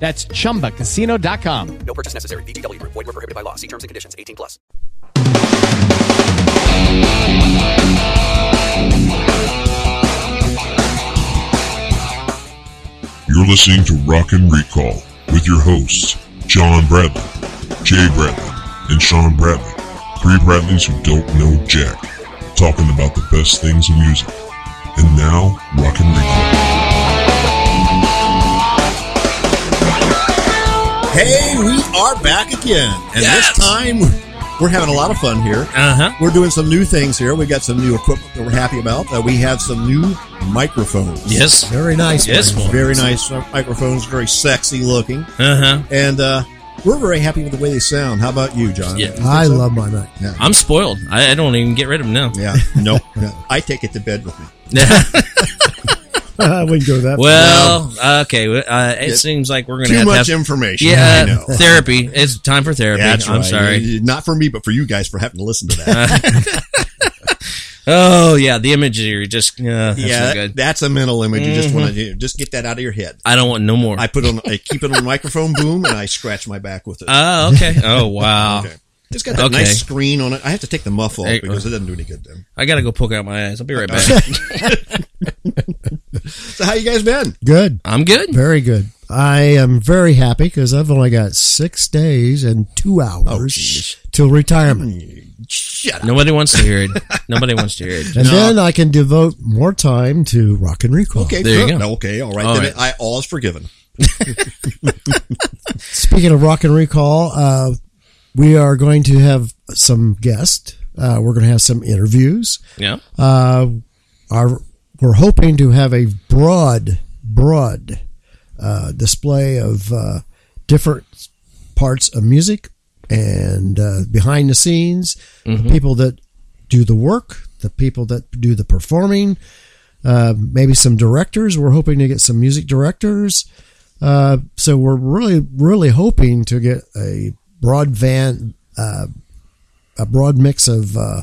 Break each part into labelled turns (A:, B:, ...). A: That's chumbacasino.com.
B: No purchase necessary. VGW Group. Void were prohibited by law. See terms and conditions. 18 plus.
C: You're listening to Rockin' Recall with your hosts, John Bradley, Jay Bradley, and Sean Bradley. Three Bradleys who don't know Jack, talking about the best things in music. And now, Rockin' Recall.
D: Hey, we are back again. And
E: Yes.
D: this time, we're having a lot of fun here.
E: Uh huh.
D: We're doing some new things here. We got some new equipment that we're happy about. Uh, we have some new microphones.
E: Yes.
F: Very nice.
E: Yes,
F: one.
E: one.
D: Very nice uh, microphones, very sexy looking.
E: Uh huh.
D: And uh, we're very happy with the way they sound. How about you, John?
E: Yeah.
F: I love my mic.
D: Yeah.
E: I'm spoiled. I, I don't even get rid of them now.
D: Yeah. No. Yeah. I take it to bed with me.
F: I wouldn't go that.
E: well, okay. Uh, it seems like we're gonna
D: Too
E: have
D: much
E: to have
D: information. I
E: yeah
D: know.
E: uh, therapy. It's time for therapy.
D: That's
E: I'm
D: right.
E: sorry.
D: Not for me, but for you guys for having to listen to that.
E: Oh yeah, the imagery just uh, that's
D: yeah,
E: not good.
D: that's a mental image. You just
E: Mm-hmm.
D: want to just get that out of your head.
E: I don't want no more.
D: I put on, I keep it on microphone boom, and I scratch my back with it.
E: oh okay. Oh wow.
D: Okay. It's got that
E: Okay.
D: nice screen on it. I have to take the muff off
E: Hey, uh,
D: because it doesn't do any good then.
E: I gotta go poke out my eyes. I'll be right back.
D: So how you guys been?
F: Good.
E: I'm good.
F: Very good. I am very happy because I've only got six days and two hours till retirement,
D: Shut up.
E: Nobody wants to hear it. Nobody wants to hear it.
F: and then I can devote more time to rock and recall.
D: Okay,
E: There you
D: good.
E: go.
D: Okay, all right.
E: All
D: then
E: right.
D: I all is forgiven.
F: Speaking of rock and recall, uh, we are going to have some guests. Uh, we're going to have some interviews.
E: Yeah.
F: uh, are we're hoping to have a broad, broad uh, display of uh, different parts of music and uh, behind the scenes, the people that do the work, the people that do the performing, uh, maybe some directors. We're hoping to get some music directors. Uh, so we're really, really hoping to get a broad van, uh, a broad mix of uh,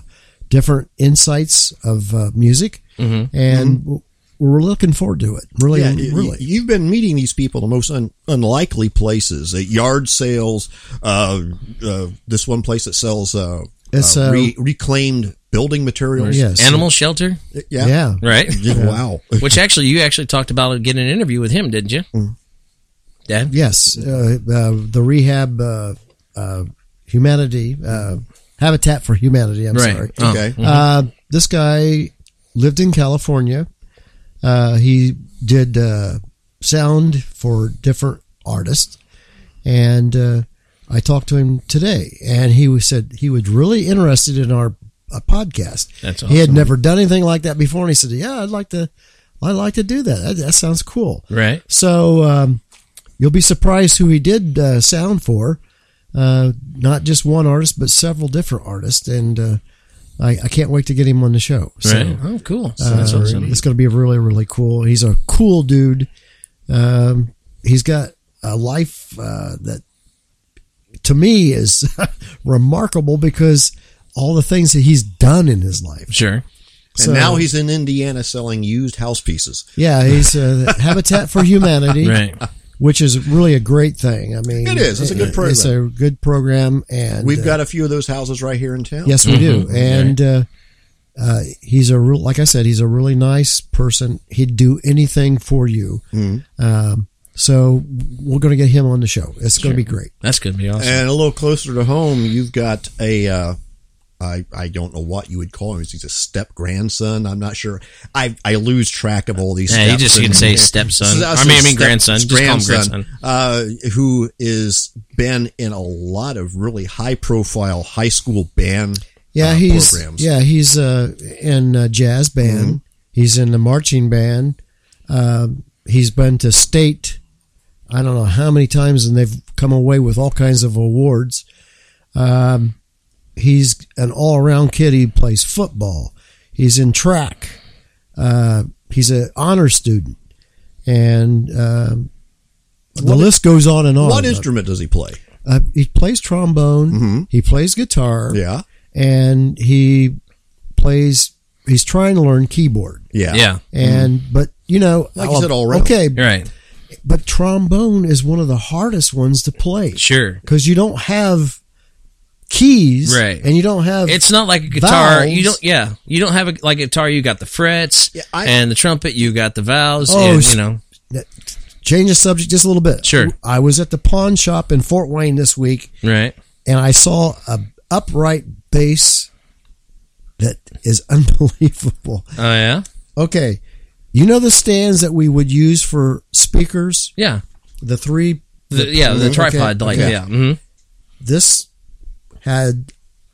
F: different insights of uh, music, and w we're looking forward to it. Really,
D: Yeah, you-
F: really.
D: You've been meeting these people in the most un- unlikely places at yard sales. Uh, uh, this one place that sells uh,
F: It's,
D: uh,
F: uh,
D: re- reclaimed building materials.
F: Yes.
E: Animal shelter,
D: Yeah.
F: yeah.
E: right?
D: Yeah, Wow.
E: Which actually, you actually talked about getting an interview with him, didn't you?
D: Mm.
E: Dad.
F: Yes, uh, uh, the rehab, uh, uh, humanity, uh, Habitat for Humanity. I'm
E: Right.
F: sorry.
E: Oh.
D: Okay.
F: Uh, this guy lived in California. Uh, he did uh, sound for different artists, and uh, I talked to him today, and he was- said he was really interested in our uh, podcast.
E: That's
F: He had
E: awesome.
F: never done anything like that before, and he said, "Yeah, I'd like to, I'd like to do that. That, that sounds cool."
E: Right.
F: So um, you'll be surprised who he did uh, sound for. Uh, not just one artist, but several different artists, and uh, I, I can't wait to get him on the show. So
E: Right. Oh, cool.
F: uh,
E: That's awesome.
F: it's going to be really, really cool. He's a cool dude. Um, he's got a life uh, that, to me, is remarkable because all the things that he's done in his life.
E: Sure.
D: and
F: so-
D: now he's in Indiana selling used house pieces.
F: Yeah, he's uh, Habitat for Humanity.
E: Right.
F: which is really a great thing. I mean,
D: It is. It's a good
F: it- It's a good program, and
D: We've
F: uh,
D: got a few of those houses right here in town.
F: yes, we do. And uh, uh, he's a real, like I said, he's a really nice person. He'd do anything for you.
D: Mm-hmm.
F: Um, so we're going to get him on the show. It's going to be great.
E: That's going to be awesome.
D: And a little closer to home, you've got a, uh, I, I don't know what you would call him. He's a step grandson. I'm not sure. I, I lose track of all these.
E: Yeah, you
D: steps
E: just
D: and-
E: can say stepson.
D: So-
E: I
D: so
E: mean, I mean
D: step-
E: grandson. Just call him grandson.
D: Uh, who is been in a lot of really high profile high school band.
F: Yeah,
D: uh,
F: he's
D: programs. Mm-hmm.
F: yeah he's uh, in a jazz band. He's in the marching band. Um, he's been to state. I don't know how many times, and they've come away with all kinds of awards. Um, he's an all around kid. He plays football. He's in track. Uh, he's an honor student, and um the list goes on
E: Oh,
F: and on.
D: What instrument does he play?
F: Uh, he plays trombone. He plays guitar.
D: Yeah.
F: and he plays. He's trying to learn keyboard,
D: Yeah.
E: Yeah.
F: and
E: Hmm.
F: but you know,
D: Like you said, all around.
F: Okay,
E: You're right.
F: but trombone is one of the hardest ones to play.
E: Sure.
F: because you don't have keys,
E: Right.
F: And you don't have
E: It's not like a guitar. You
F: Valves.
E: don't. Yeah, you don't have a like a guitar. You got the frets
D: Yeah, I-
E: and the trumpet. You got the valves.
F: Oh,
E: and,
F: s-
E: you know.
F: change the subject just a little bit.
E: Sure.
F: I was at the pawn shop in Fort Wayne this week,
E: Right.
F: and I saw a upright bass that is unbelievable.
E: Oh yeah.
F: Okay, you know the stands that we would use for speakers,
E: Yeah.
F: the three.
E: The, yeah. The
F: Okay,
E: tripod. Like
F: okay.
E: yeah. hmm
F: This had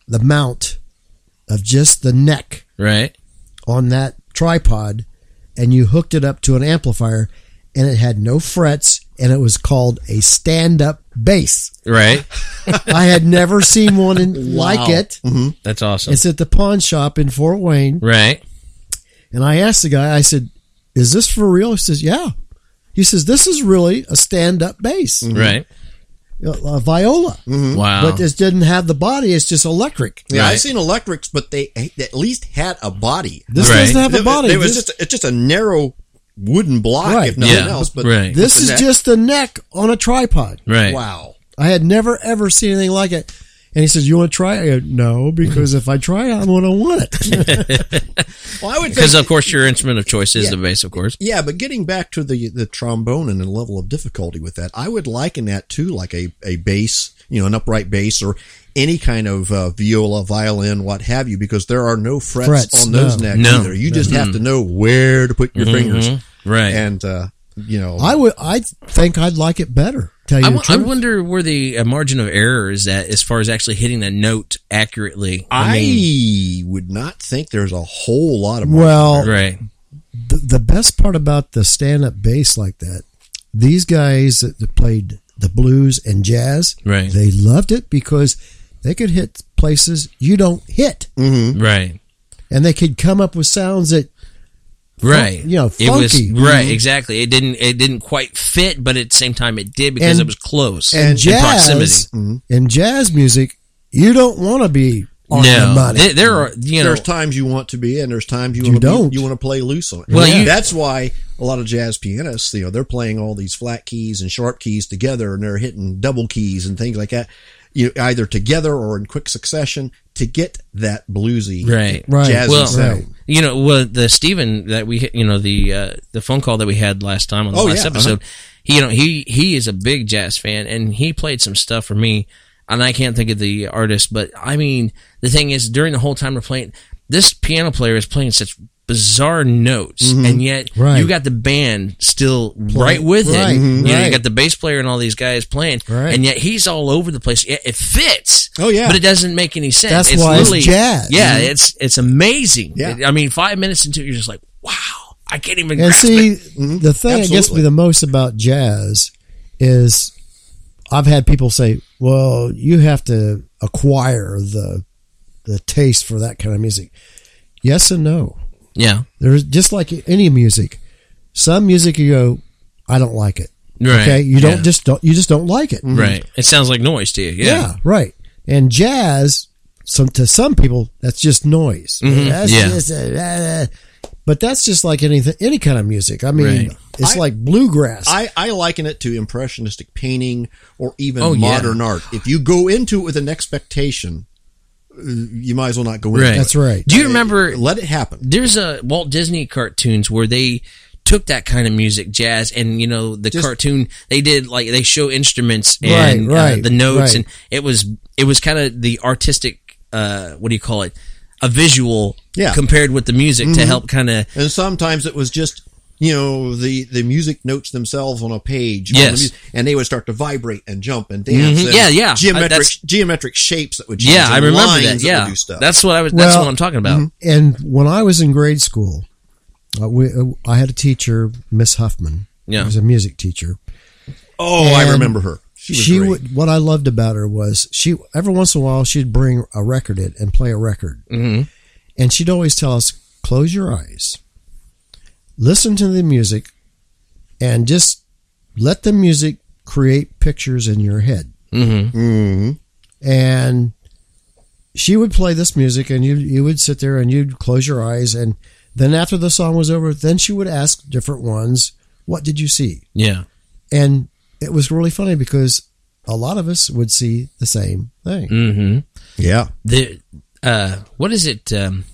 F: the mount of just the neck
E: Right.
F: on that tripod and you hooked it up to an amplifier and it had no frets and it was called a stand up bass.
E: Right.
F: I had never seen one in, like it.
E: That's awesome.
F: It's at the pawn shop in Fort Wayne.
E: right.
F: And I asked the guy, I said, Is this for real? He says, Yeah. He says, This is really a stand up bass,
E: Right.
F: a viola,
E: Wow.
F: but this didn't have the body. It's just electric.
D: Yeah,
E: Oh. Right.
D: I've seen electrics, but they at least had a body.
F: This
E: Right.
F: doesn't have a body.
D: It was
F: This-
D: just it's just a narrow wooden block,
F: Right.
D: if nothing
E: Yeah.
D: else. But
E: Right.
F: this
D: but
F: is
D: that-
F: just the neck on a tripod.
E: right.
D: wow.
F: I had never ever seen anything like it. And he says, "You want to try?" it? I go, "No, because if I try it, I'm going to want it."
D: Well, I would
E: Because
D: think,
E: of course your instrument of choice is the bass, of course.
D: yeah, but getting back to the the trombone and the level of difficulty with that, I would liken that to like a a bass, you know, an upright bass or any kind of uh, viola, violin, what have you, because there are no frets,
F: Frets,
D: on those
F: no.
D: necks
E: No. Mm-hmm.
D: either. You just have to know where to put your fingers,
E: Right.
D: and uh, you know,
F: I would. I think I'd like it better. Tell you
E: I
F: the
E: wo- I
F: truth.
E: wonder where the uh, margin of error is at as far as actually hitting that note accurately.
D: I
E: mean,
D: would not think there's a whole lot of
F: well,
E: right.
F: the, the best part about the stand-up bass like that, these guys that, that played the blues and jazz,
E: Right.
F: they loved it because they could hit places you don't hit,
E: Right.
F: and they could come up with sounds that
E: Right.
F: you know,
E: It was
F: funky. Mm-hmm.
E: right, exactly. It didn't it didn't quite fit, but at the same time it did because it
F: And-
E: was close
F: and
E: in proximity.
F: jazz mm-hmm. and jazz music you don't want to be on the
E: No,
F: money.
E: Th- there are you know
D: there's times you want to be, and there's times you,
F: You
D: want to
F: don't.
D: Be, you want to play loose on it.
E: Well,
D: Well,
E: you-
D: that's why a lot of jazz pianists, you know, they're playing all these flat keys and sharp keys together, and they're hitting double keys and things like that, you know, either together or in quick succession to get that bluesy,
E: Right.
F: Right.
D: jazzy
E: well,
D: sound.
F: Right.
E: you know, well, the Stephen that we, you know, the uh, the phone call that we had last time on the
D: Oh,
E: last
D: yeah,
F: uh-huh.
E: episode, he, you know, he he is a big jazz fan, and he played some stuff for me, and I can't think of the artist, but I mean, the thing is, during the whole time we're playing, this piano player is playing such bizarre notes, and yet
F: Mm-hmm. Right.
E: you got the band still right with
F: Right,
E: it. You know, you
F: right.
E: got the bass player and all these guys playing,
F: Right.
E: and yet he's all over the place. Yet It fits.
D: Oh, yeah.
E: but it doesn't make any sense.
F: That's
E: it's
F: why it's
E: literally,
F: jazz.
E: Yeah, it's it's amazing.
D: Yeah.
E: It- I mean, five minutes into it, you're just like, wow, I can't even.
F: and
E: grasp
F: see,
E: it.
F: the thing that gets me
D: Absolutely.
F: the most about jazz is I've had people say, "Well, you have to acquire the the taste for that kind of music." Yes and no.
E: yeah,
F: There's just like any music. Some music you go, "I don't like it."
E: right.
F: Okay, you don't
E: Yeah.
F: just don't you just don't like it.
E: right. It sounds like noise to you. Yeah,
F: right. And jazz, some to some people, that's just noise. That's
E: Mm-hmm. yeah.
F: just, uh, uh, but that's just like anything, any kind of music. I mean,
E: Right.
F: it's
D: I-
F: like bluegrass.
D: I, I liken it to impressionistic painting or even
E: Oh, yeah.
D: modern art. If you go into it with an expectation, uh, you might as well not go into
E: Right.
D: it.
F: that's right.
E: Do you remember?
D: Let it happen.
E: There's a Walt Disney cartoons where they took that kind of music, jazz, and you know the
D: Just-
E: cartoon they did like they show instruments and
F: Right, right,
E: uh, the notes,
F: right.
E: and it was it was kind of the artistic. Uh, what do you call it? A visual
D: Yeah.
E: compared with the music
F: Mm-hmm.
E: to help kind of
D: and sometimes it was just you know the the music notes themselves on a page on the
E: Yes.
D: music, and they would start to vibrate and jump and dance
E: Mhm.
D: and
E: Yeah, yeah. I-
D: geometric
E: that's-
D: geometric shapes that would change
E: Yeah,
D: and
E: I remember
D: lines
E: that.
D: would
E: Yeah,
D: do stuff.
E: that's what I was. That's
F: Well,
E: what I'm talking about.
F: And when I was in grade school, uh, we, uh, I had a teacher, Miss Huffman.
E: Yeah.
F: She was a music teacher.
D: oh I
F: and-
D: remember her She was great.
F: would. What I loved about her was she. Every once in a while, she'd bring a record in and play a record,
E: Mm-hmm.
F: and she'd always tell us, "Close your eyes, listen to the music, and just let the music create pictures in your head."
E: Mm-hmm.
D: Mhm.
F: And she would play this music, and you you would sit there and you'd close your eyes, and then after the song was over, then she would ask different ones, "What did you see?"
E: Yeah.
F: and it was really funny because a lot of us would see the same thing.
E: Mm-hmm.
D: Yeah.
E: the uh what is it um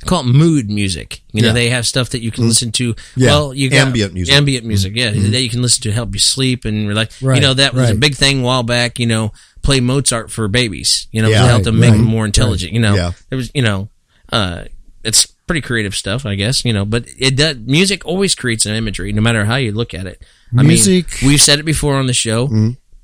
E: they call it mood music you know
F: Yeah. Mm.
E: they have stuff that you can listen to
D: Yeah.
E: well you got
D: Ambient music.
E: ambient music yeah that you can listen to help you sleep and relax you
F: Mm-hmm. Right,
E: know that was a
F: right.
E: big thing a while back you know play mozart for babies you know
D: Yeah.
E: to help them
F: Right,
E: make them
F: right,
E: more intelligent you know
D: Yeah.
E: there was you know uh it's pretty creative stuff i guess you know but it does music always creates an imagery no matter how you look at it
F: Music- Mm-hmm.
E: I mean, we've said it before on the show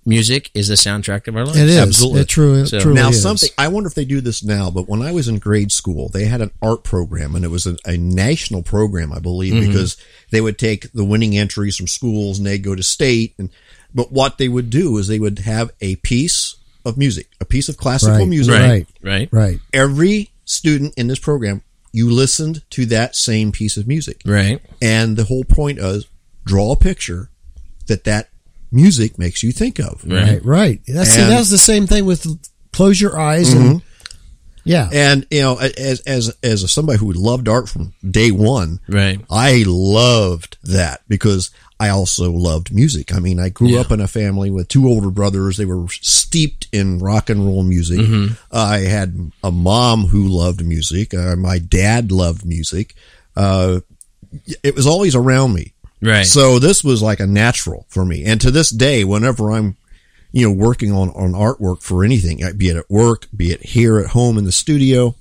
E: music is the soundtrack of our lives
F: It is
D: Absolutely.
F: It true. It
E: So-
F: truly
D: now
F: is.
D: something I wonder if they do this now, but when I was in grade school, they had an art program and it was a, a national program, I believe,
F: Mm-hmm.
D: because they would take the winning entries from schools and they'd go to state and but what they would do is they would have a piece of music, a piece of classical
F: Right,
D: music.
F: right.
E: right
F: right?
D: Every student in this program, you listened to that same piece of music.
E: right
D: And the whole point is draw a picture that that music makes you think of.
F: Right, right. That's, see,
D: And-
F: that was the same thing with close your eyes and yeah,
D: And you know, as as as somebody who loved art from day one,
E: Right.
D: I loved that because I also loved music. I mean, I grew
E: Yeah.
D: up in a family with two older brothers. They were steeped in rock and roll music. I had a mom who loved music. Uh, my dad loved music. Uh, it was always around me.
E: Right.
D: So this was like a natural for me. And to this day, whenever I'm, you know, working on, on artwork for anything, uh, be it at work, be it here at home in the studio,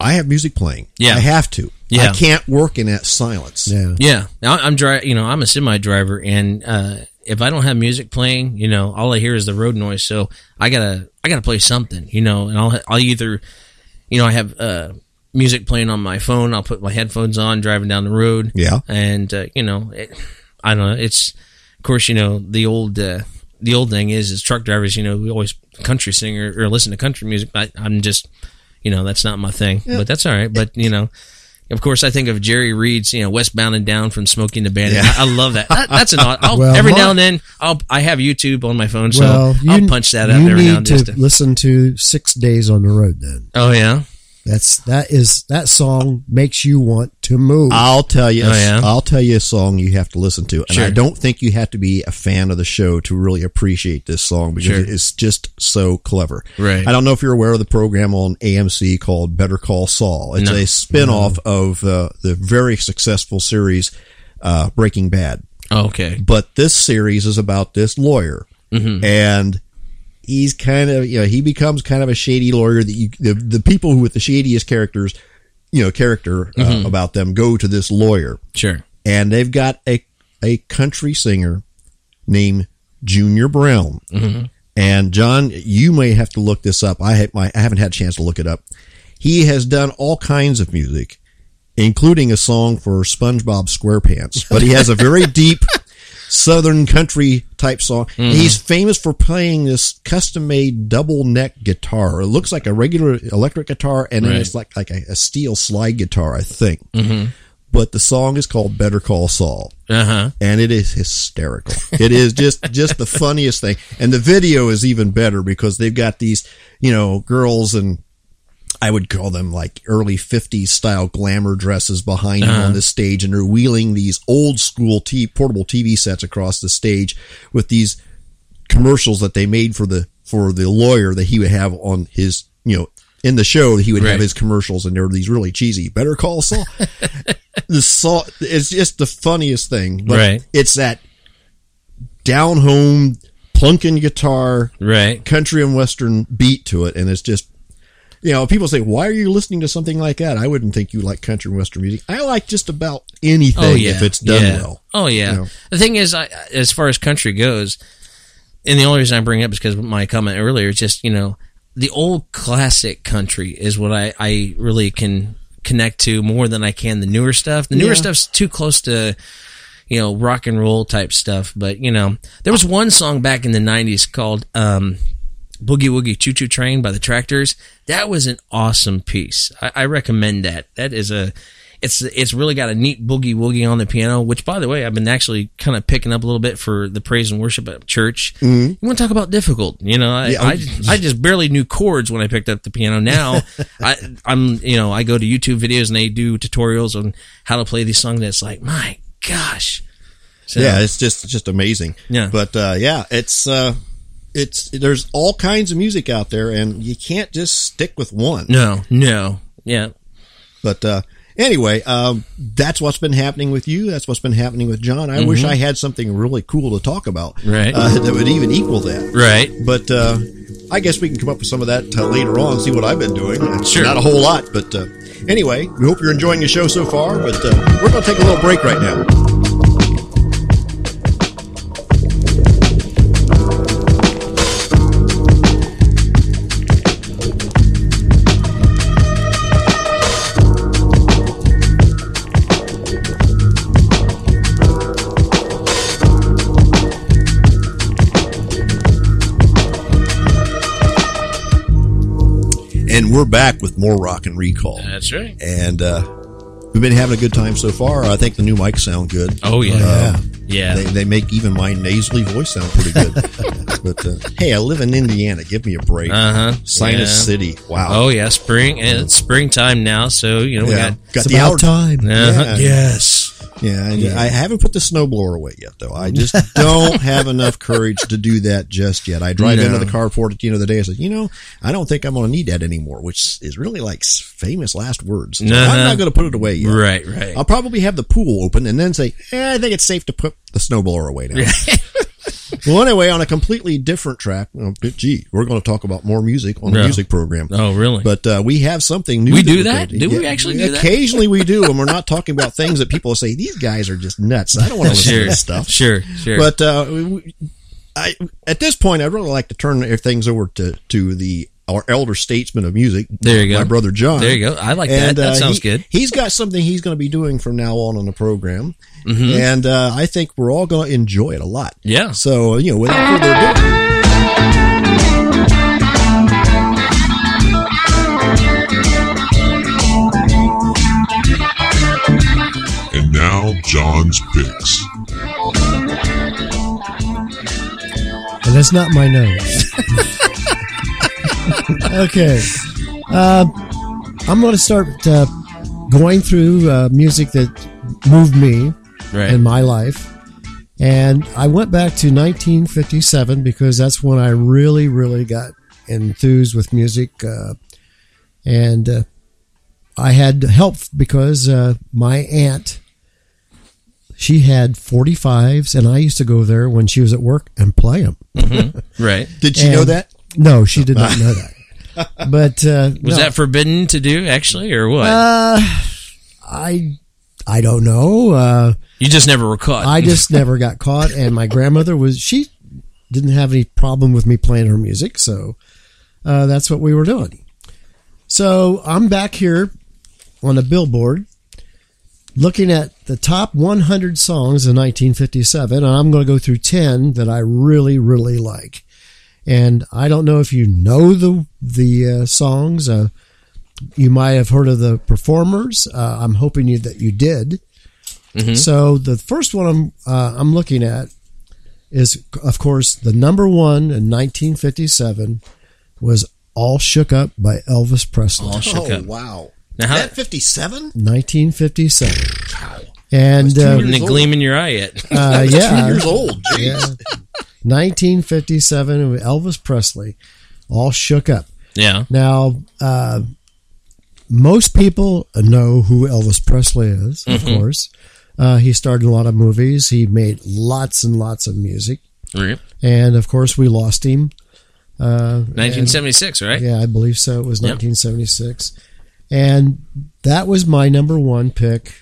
D: I have music playing.
E: Yeah.
D: I have to.
E: Yeah.
D: I can't work in that silence.
F: yeah.
E: yeah, now I'm dri You know, I'm a semi driver, and uh, if I don't have music playing, you know, all I hear is the road noise. So I gotta, I gotta play something, you know, and I'll, I'll either, you know, I have uh, music playing on my phone. I'll put my headphones on driving down the road.
D: Yeah.
E: and uh, you know, it, I don't know. It's of course, you know, the old. Uh, the old thing is, is truck drivers. You know, we always country singer or listen to country music. I, I'm just, you know, that's not my thing. But that's all right. But you know, of course, I think of Jerry Reed's, you know, Westbound and Down from Smoking the Bandit. I, I love that. That- that's an odd. I'll,
F: Well,
E: every
F: my-
E: now and then, I'll I have YouTube on my phone, so
F: well,
E: I'll punch that up
F: you
E: every
F: need
E: now and
F: to
E: then. just to-
F: listen to Six Days on the Road. Then
E: Oh yeah,
F: that's that is that song makes you want to move.
D: I'll tell you.
E: Oh, yeah?
D: I'll tell you a song you have to listen to, and
E: Sure.
D: I don't think you have to be a fan of the show to really appreciate this song because
E: Sure.
D: it's just so clever.
E: Right.
D: I don't know if you're aware of the program on AMC called Better Call Saul. It's
E: No.
D: a spinoff of uh, the very successful series uh, Breaking Bad.
E: oh, okay,
D: But this series is about this lawyer, and he's kind of you know he becomes kind of a shady lawyer that you the, the people who with the shadiest characters, you know, character uh, about them go to this lawyer,
E: sure.
D: and they've got a a country singer named Junior Brown. And John, you may have to look this up. I ha- my, I haven't had a chance to look it up. He has done all kinds of music, including a song for SpongeBob SquarePants. But he has a very deep Southern country type song. And He's famous for playing this custom made double neck guitar. It looks like a regular electric guitar, and then
E: Right.
D: it's like like a, a steel slide guitar, I think. But the song is called "Better Call Saul."
E: Uh huh.
D: and it is hysterical. It is just just the funniest thing, and the video is even better because they've got these you know girls and I would call them like early '50s style glamour dresses behind them
E: Uh-huh.
D: on the stage, and they're wheeling these old school t- portable TV sets across the stage with these commercials that they made for the for the lawyer that he would have on his you know. In the show, he would
E: Right.
D: have his commercials, and there were these really cheesy "Better Call Saul." the Saul, it's just the funniest thing. But
E: Right.
D: It's that down home plunking guitar,
E: Right.
D: country and western beat to it, and it's just you know people say, "Why are you listening to something like that?" I wouldn't think you like country and western music. I like just about anything if it's done
E: yeah.
D: well.
E: Oh yeah.
D: You know.
E: The thing is, I, as far as country goes, and the only reason I bring it up is because my comment earlier is just you know the old classic country is what I I really can connect to more than I can the newer stuff. The newer stuff's too close to you know, rock and roll type stuff. But, you know, there was one song back in the 90s called um, Boogie Woogie Choo Choo Train by the Tractors. That was an awesome piece. I, I recommend that. That is a. It's, it's really got a neat boogie woogie on the piano, which by the way I've been actually kind of picking up a little bit for the praise and worship at church. You want to talk about difficult? You know, I,
D: Yeah.
E: I, I just barely knew chords when I picked up the piano. Now I, I'm, you know, I go to YouTube videos and they do tutorials on how to play these songs. And it's like, my gosh. So,
D: yeah, it's just just amazing.
E: Yeah.
D: but uh, yeah, it's uh, it's there's all kinds of music out there, and you can't just stick with one.
E: No, no. Yeah.
D: But uh, anyway, um, that's what's been happening with you. That's what's been happening with John. I wish I had something really cool to talk about,
E: Mm-hmm. Right.
D: Uh, that would even equal that.
E: Right.
D: But uh, I guess we can come up with some of that uh, later on. See what I've been doing. It's
E: Sure.
D: Not a whole lot, but uh, anyway, we hope you're enjoying the show so far. But uh, we're going to take a little break right now. And we're back with more rock and recall.
E: That's right.
D: and uh, we've been having a good time so far. I think the new mics sound good.
E: Oh, yeah.
D: Uh,
E: yeah.
D: They, they make even my nasally voice sound pretty good. but uh, hey, I live in Indiana. Give me a break.
E: Uh-huh.
D: Sinus
E: Yeah.
D: City. Wow.
E: oh, yeah. Spring. And it's springtime now. So, you know,
D: yeah.
E: we got.
F: It's about time.
E: Uh-huh.
D: Yeah.
E: Yes.
D: Yeah, and I haven't put the snowblower away yet, though. I just don't have enough courage to do that just yet. I drive
E: No.
D: into the carport at the end of the day. I said, you know, I don't think I'm going to need that anymore, which is really like s- famous last words. So
E: Uh-huh.
D: I'm not going to put it away yet.
E: Right, right.
D: I'll probably have the pool open and then say, eh, I think it's safe to put the snowblower away now. well, anyway, on a completely different track, well, gee, we're going to talk about more music on the
E: Yeah.
D: music program.
E: Oh, really?
D: But uh, we have something new.
E: We do
D: we're
E: that?
D: gonna
E: Do we actually do that?
D: Occasionally we do, and we're not talking about things that people say, these guys are just nuts. I don't want to listen to
E: Oh, sure.
D: this stuff.
E: Sure, sure.
D: But uh, we- we- I, at this point, I'd really like to turn things over to, to the our elder statesman of music.
E: There you go.
D: My brother John. uh,
E: There you go. I like that. That sounds
D: he-
E: good.
D: He's got something he's going to be doing from now on on the program, and uh, I think we're all going to enjoy it a lot.
E: Mm-hmm. Yeah.
D: So you know, without further ado.
C: And now, John's picks.
F: And that's not my nose. okay. Uh, I'm going to start uh, going through uh, music that moved me
E: right.
F: in my life. And I went back to 1957 because that's when I really, really got enthused with music. Uh, and uh, I had help because uh, my aunt, she had 45s, and I used to go there when she was at work and play them.
E: right.
D: Did she
F: And-
D: know that?
F: No, she did not know that. But uh,
E: Was
F: no,
E: that forbidden to do, actually, or what?
D: Uh,
F: I? I don't know. Uh,
E: you just never were caught.
F: I just never got caught, and my grandmother was she didn't have any problem with me playing her music, so uh, that's what we were doing. So I'm back here on a billboard, looking at the top 100 songs in 1957, and I'm going to go through 10 that I really, really like. And I don't know if you know the the uh, songs. Uh, you might have heard of the performers. Uh, I'm hoping you that you did.
D: Mm-hmm.
F: So the first one I'm uh, I'm looking at is, of course, the number one in 1957 was "All Shook Up" by Elvis Presley.
E: All shook
D: oh
E: up.
D: wow!
E: Now, how-
D: that fifty-seven?
F: 1957. And
D: two
F: uh,
E: Didn't it
D: old.
E: gleam in your eye yet?
F: uh,
D: Two
F: yeah,
D: years old. Jeez.
F: yeah, 1957 with Elvis Presley, all shook up.
E: yeah.
F: Now, uh, most people know who Elvis Presley is, of
D: Mm-hmm.
F: course. Uh, he starred in a lot of movies. He made lots and lots of music,
E: Right.
F: and of course, we lost him. Uh,
E: 1976, right?
F: yeah, I believe so. It was
E: Yep.
F: 1976. And that was my number one pick.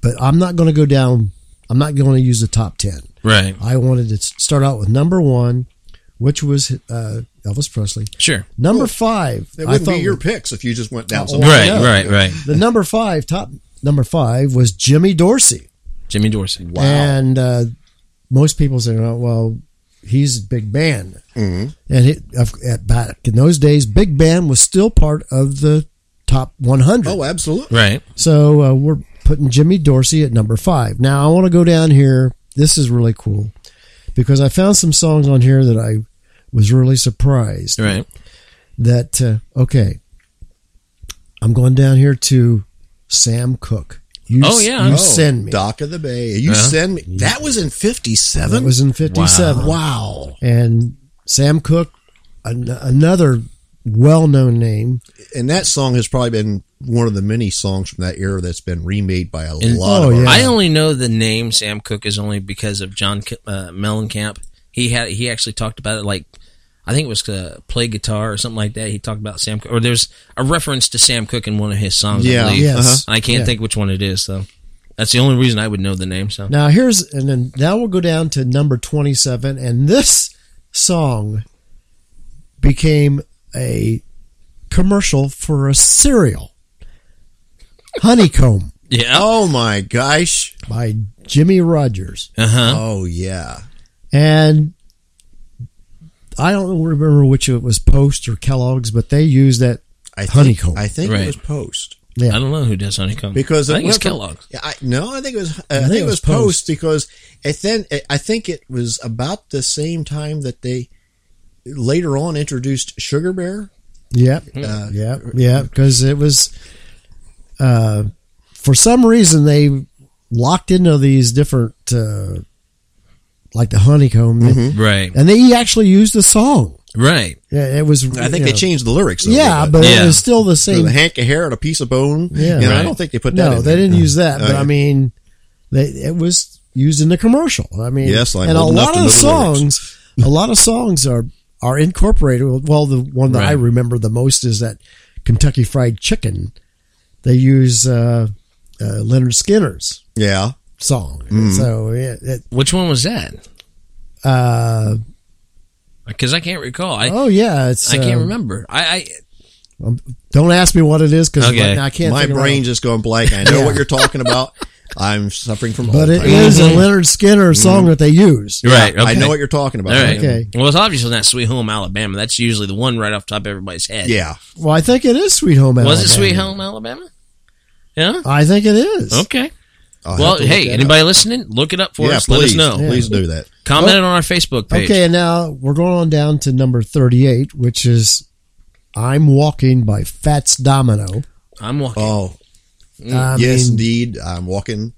F: But I'm not going to go down, I'm not going to use the top 10.
E: Right.
F: I wanted to start out with number one, which was uh, Elvis Presley.
E: Sure.
F: Number five.
D: It
F: I
D: Oh, wouldn't
F: thought
D: be your picks if you just went down.
F: Oh,
D: some
F: Well,
E: Right,
F: yeah.
E: right, right.
F: the number five, top number five was Jimmy Dorsey.
E: Jimmy Dorsey. Wow.
F: And uh, most people say, oh, well, he's a big band. Mm-hmm. And it, of- at back in those days, big band was still part of the top 100.
D: Oh, absolutely.
E: Right.
F: So uh, we're putting Jimmy Dorsey at number five. Now I want to go down here. This is really cool because I found some songs on here that I was really surprised
E: Right.
F: that uh, okay. I'm going down here to Sam Cooke. You,
E: Oh,
F: s-
E: yeah.
F: you
E: Oh,
F: send me.
D: Dock of the Bay. You
E: Uh-huh.
D: send me. That was in
F: That
D: 57?
F: was in '57.
D: wow.
F: And Sam Cooke, an- another well-known name.
D: And that song has probably been one of the many songs from that era that's been remade by a
E: And-
D: lot
F: oh,
D: of
F: yeah.
D: artists.
E: I only know the name Sam Cooke is only because of John K- uh, Mellencamp. He had he actually talked about it like I think it was uh, play guitar or something like that. He talked about Sam Cooke, or there's a reference to Sam Cooke in one of his songs.
D: Yeah,
E: I believe.
F: yes.
E: And uh-huh. I can't
F: Yeah.
E: think which one it is though. That's the only reason I would know the name. So
F: Now here's and then now we'll go down to number 27 and this song became a commercial for a cereal. Honeycomb
E: yeah,
D: Oh, my gosh.
F: by Jimmy Rogers.
E: uh huh.
D: Oh, yeah.
F: And I don't remember which it was Post or Kellogg's, but they used that
D: I think,
F: Honeycomb.
D: I think it
E: Right.
D: was Post.
E: I don't know who does honeycomb
D: because
E: I
D: it
E: think it's
D: went from-
E: Kellogg.
D: Yeah, I, no, I think it was. Uh, I, think, it was Post, because it then I think it was about the same time that they later on introduced Sugar Bear.
F: Yep. Uh, yep. Yeah. Because it was, uh, for some reason, they locked into these different, uh, like the honeycomb,
D: Mm-hmm.
E: Right,
F: and they actually used the song.
E: right.
F: Yeah, it was.
D: I think
F: you
D: they
F: know,
D: changed the lyrics. a
F: Yeah,
D: little
F: but
E: Yeah.
F: it was still the
D: bit.
F: same.
D: the hank of hair and a piece of bone.
F: Yeah.
D: you know, I
E: Right.
D: don't think they put that. in
F: no, they
D: there.
F: didn't use that. But
D: Uh,
F: I mean, they it was used in the commercial. I mean,
D: Yes, I'm
F: and a
D: old enough
F: lot
D: to
F: of the
D: know the lyrics.
F: songs, a lot of songs are are incorporated. Well, the one that I
E: Right.
F: remember the most is that Kentucky Fried Chicken. They use uh, uh, Leonard Skinner's
D: yeah,
F: song.
D: Hmm.
F: So it, it,
E: Which one was that?
F: uh,
E: Because I can't recall. I
F: oh yeah, it's
E: I can't
D: Um,
F: uh,
E: remember. I, I
F: Don't ask me what it is because
E: Okay.
F: I can't.
D: my
F: think about
D: brain
F: it.
D: just going blank. I know
F: Yeah.
D: what you're talking about. I'm suffering from.
F: But it
D: Alzheimer's.
F: is a Leonard Skinner song that they use.
E: right.
D: I know what Mm-hmm. you're talking about.
E: All right.
F: Okay.
E: Well, it's obviously not Sweet Home Alabama. That's usually the one right off the top of everybody's head.
D: Yeah,
F: Well, I think it is Sweet Home Alabama.
E: Was it Sweet Home Alabama? Yeah.
F: I think it is.
E: Okay.
D: I'll
E: well,
D: have to look
E: hey,
D: that
E: anybody listening, look it up for
D: up. Yeah,
E: us.
D: please,
E: Let us know.
D: Please do that.
E: Comment it on our Facebook page.
F: Okay, and now we're going on down to number 38, which is I'm Walking by Fats Domino. Um,
E: I'm walking.
D: Oh,
E: Mm,
F: I
D: yes,
F: mean,
D: indeed. I'm walking.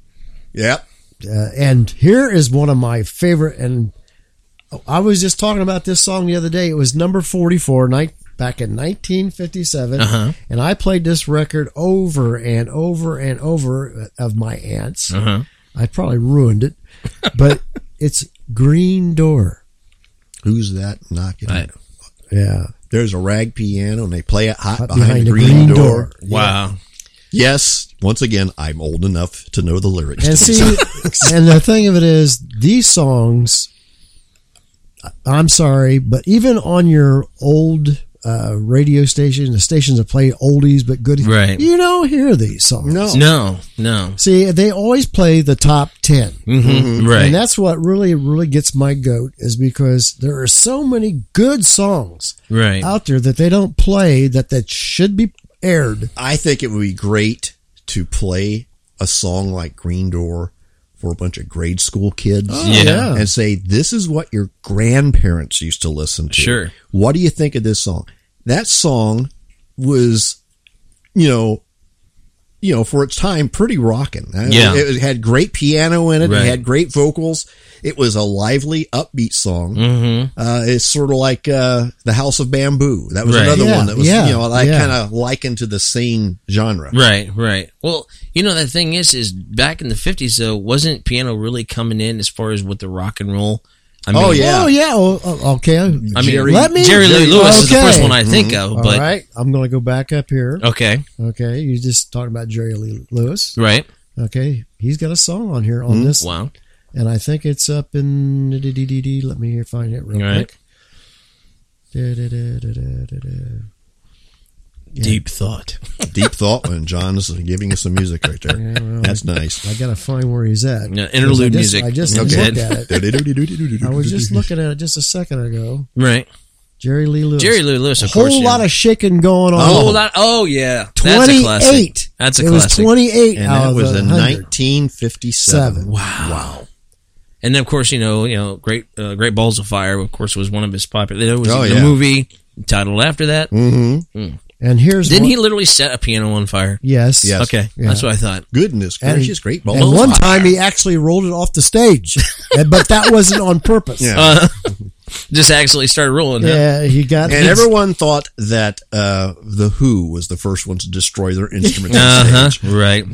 D: Yep.
F: uh, and here is one of my favorite, and I was just talking about this song the other day. It was number 44 night, back in 1957,
E: Uh-huh.
F: and I played this record over and over and over uh, of my aunts.
E: Uh-huh.
F: I probably ruined it, but it's Green Door.
D: Who's that knocking?
E: Right.
F: Yeah.
D: There's a rag piano and they play it hot,
F: Hot
D: behind,
F: behind
D: the
F: the
D: green,
F: green
D: door.
F: door.
E: Wow.
D: Yes, once again, I'm old enough to know the lyrics.
F: And see, and the thing of it is, these songs, I'm sorry, but even on your old uh, radio station, the stations that play oldies but goodies,
E: Right.
F: you don't hear these songs. No.
E: No, no.
F: See, they always play the top 10.
E: Mm-hmm. Right.
F: And that's what really, really gets my goat is because there are so many good songs
E: right.
F: out there that they don't play that, that should be aired.
D: I think it would be great to play a song like Green Door for a bunch of grade school kids.
E: Oh, Yeah.
F: yeah.
D: And say, this is what your grandparents used to listen to.
E: Sure.
D: What do you think of this song? That song was, you know, you know, for its time, pretty rocking. I mean,
E: Yeah.
D: It had great piano in it.
E: Right.
D: It had great vocals. It was a lively, upbeat song.
E: Mm-hmm.
D: Uh, it's sort of like uh, the House of Bamboo. That was
E: Right.
D: another
F: Yeah,
D: one that was
F: yeah,
D: you know I
F: yeah.
D: kind of likened to the same genre.
E: Right. Right. Well, you know the thing is, is back in the fifties though, wasn't piano really coming in as far as with the rock and roll? I
D: Oh, yeah.
F: Oh, yeah. Oh, oh, okay. I mean,
E: I mean,
D: Jerry-
F: Let me-
E: Jerry Lee Lewis is the
F: Okay. Mm-hmm.
E: first one I think of,
F: all
E: but
F: right. I'm going to go back up here.
E: okay,
F: Okay, you just talked about Jerry Lee Lewis.
E: right,
F: Okay, he's got a song on here on this,
E: wow,
F: and I think it's up in. Let me here find it real
E: Right.
F: quick. Da-da-da-da-da-da-da.
E: deep thought.
D: Deep thought when John's giving us some music right there. That's nice.
F: I gotta find where he's at.
E: No, interlude
F: I just,
E: music.
F: I just
E: Okay.
F: looked at it. I was just looking at it just a second ago.
E: Right.
F: Jerry Lee Lewis.
E: Jerry Lee Lewis,
F: A
E: of
F: whole
E: course. yeah.
F: lot of shaking going on.
E: A whole lot- Oh yeah, that's a classic.
F: 28.
E: That's a
F: it
E: classic.
F: was 28
D: And
F: out
D: that was
F: of the
D: in
F: 100.
D: 1957.
F: Seven.
D: Wow. Wow.
E: And then, of course, you know, you know, great, uh, great balls of fire. Of course, was one of his popular. There was
D: Oh,
E: the
D: yeah.
E: movie titled after that.
D: hmm
F: And here's
E: Didn't
F: one,
E: he literally set a piano on fire?
F: Yes.
D: Yes.
E: Okay,
F: Yeah.
E: that's what I thought.
D: Goodness
F: And-
D: gracious, great balls.
F: And
D: of
F: one
D: fire.
F: time he actually rolled it off the stage, And- but that wasn't on purpose.
D: Yeah.
E: Just accidentally started rolling. huh?
F: Yeah, he got
D: And everyone thought that uh, the Who was the first one to destroy their instruments. on
E: Uh-huh.
D: stage.
E: Right.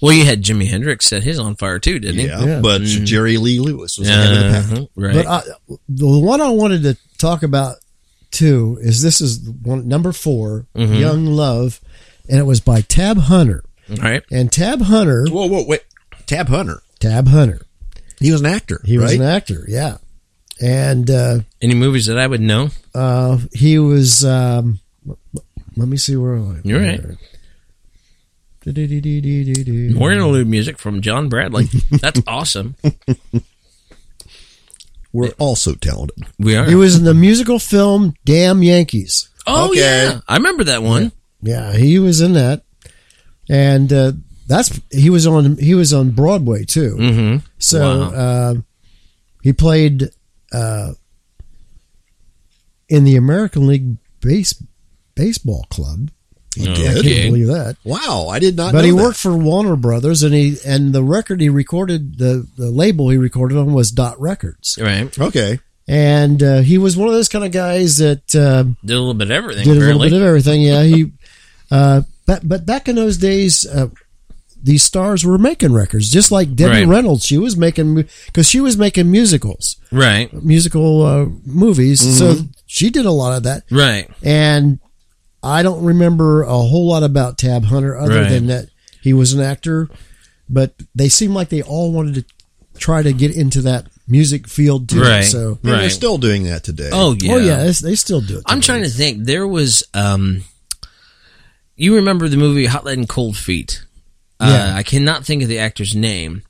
E: Well, you had Jimi Hendrix set his on fire too, didn't
D: Yeah,
F: Yeah.
D: but Jerry Lee Lewis was
E: he?
D: ahead of the pack.
E: Mm. Uh-huh. Right.
F: But I, the one I wanted to talk about too is this is one number 4 Young Love, and it was by Tab Hunter.
E: All right.
F: And Tab Hunter,
D: Whoa, whoa, wait! Tab Hunter,
F: Tab Hunter,
D: he was an actor.
F: he was
D: right?
F: an actor, yeah, and uh,
E: Any movies that I would know?
F: uh, he was. Um, l- l- let me see where am I.
E: You're right.
F: Du-du-du-du-du-du.
E: More interlude music from John Bradley. That's awesome.
D: We're also talented.
E: We are.
F: He was in the musical film Damn Yankees.
E: oh
D: Okay.
E: yeah, I remember that one.
F: Yeah, he was in that, and uh, that's he was on he was on Broadway too.
D: Mm.
E: Mm-hmm.
F: So
E: Wow.
F: uh, he played uh, in the American League base baseball club.
D: He
E: Oh,
D: did.
E: okay.
F: Can't believe that.
D: Wow, I did not.
F: But
D: know
F: he
D: that.
F: worked for Warner Brothers, and he and the record he recorded the the label he recorded on was Dot Records,
E: Right.
D: Okay,
F: and uh, he was one of those kind of guys that. Uh,
E: Did a little bit of everything.
F: did a
E: apparently.
F: little bit of everything. Yeah, he. Uh, but but back in those days, uh, these stars were making records, just like
E: Right.
F: Debbie Reynolds. She was making because she was making musicals,
E: Right.
F: musical uh, movies. So
E: Mm-hmm.
F: she did a lot of that,
E: Right.
F: and I don't remember a whole lot about Tab Hunter other
E: Right.
F: than that he was an actor. But they seemed like they all wanted to try to get into that music field too.
E: Right.
F: So.
D: and they're
E: Right.
D: still doing that today.
E: Oh yeah.
F: Oh yeah, it's- they still do it.
E: I'm
F: today.
E: trying to think. There was um you remember the movie Hot Lead and Cold Feet. Uh,
F: Yeah.
E: I cannot think of the actor's name.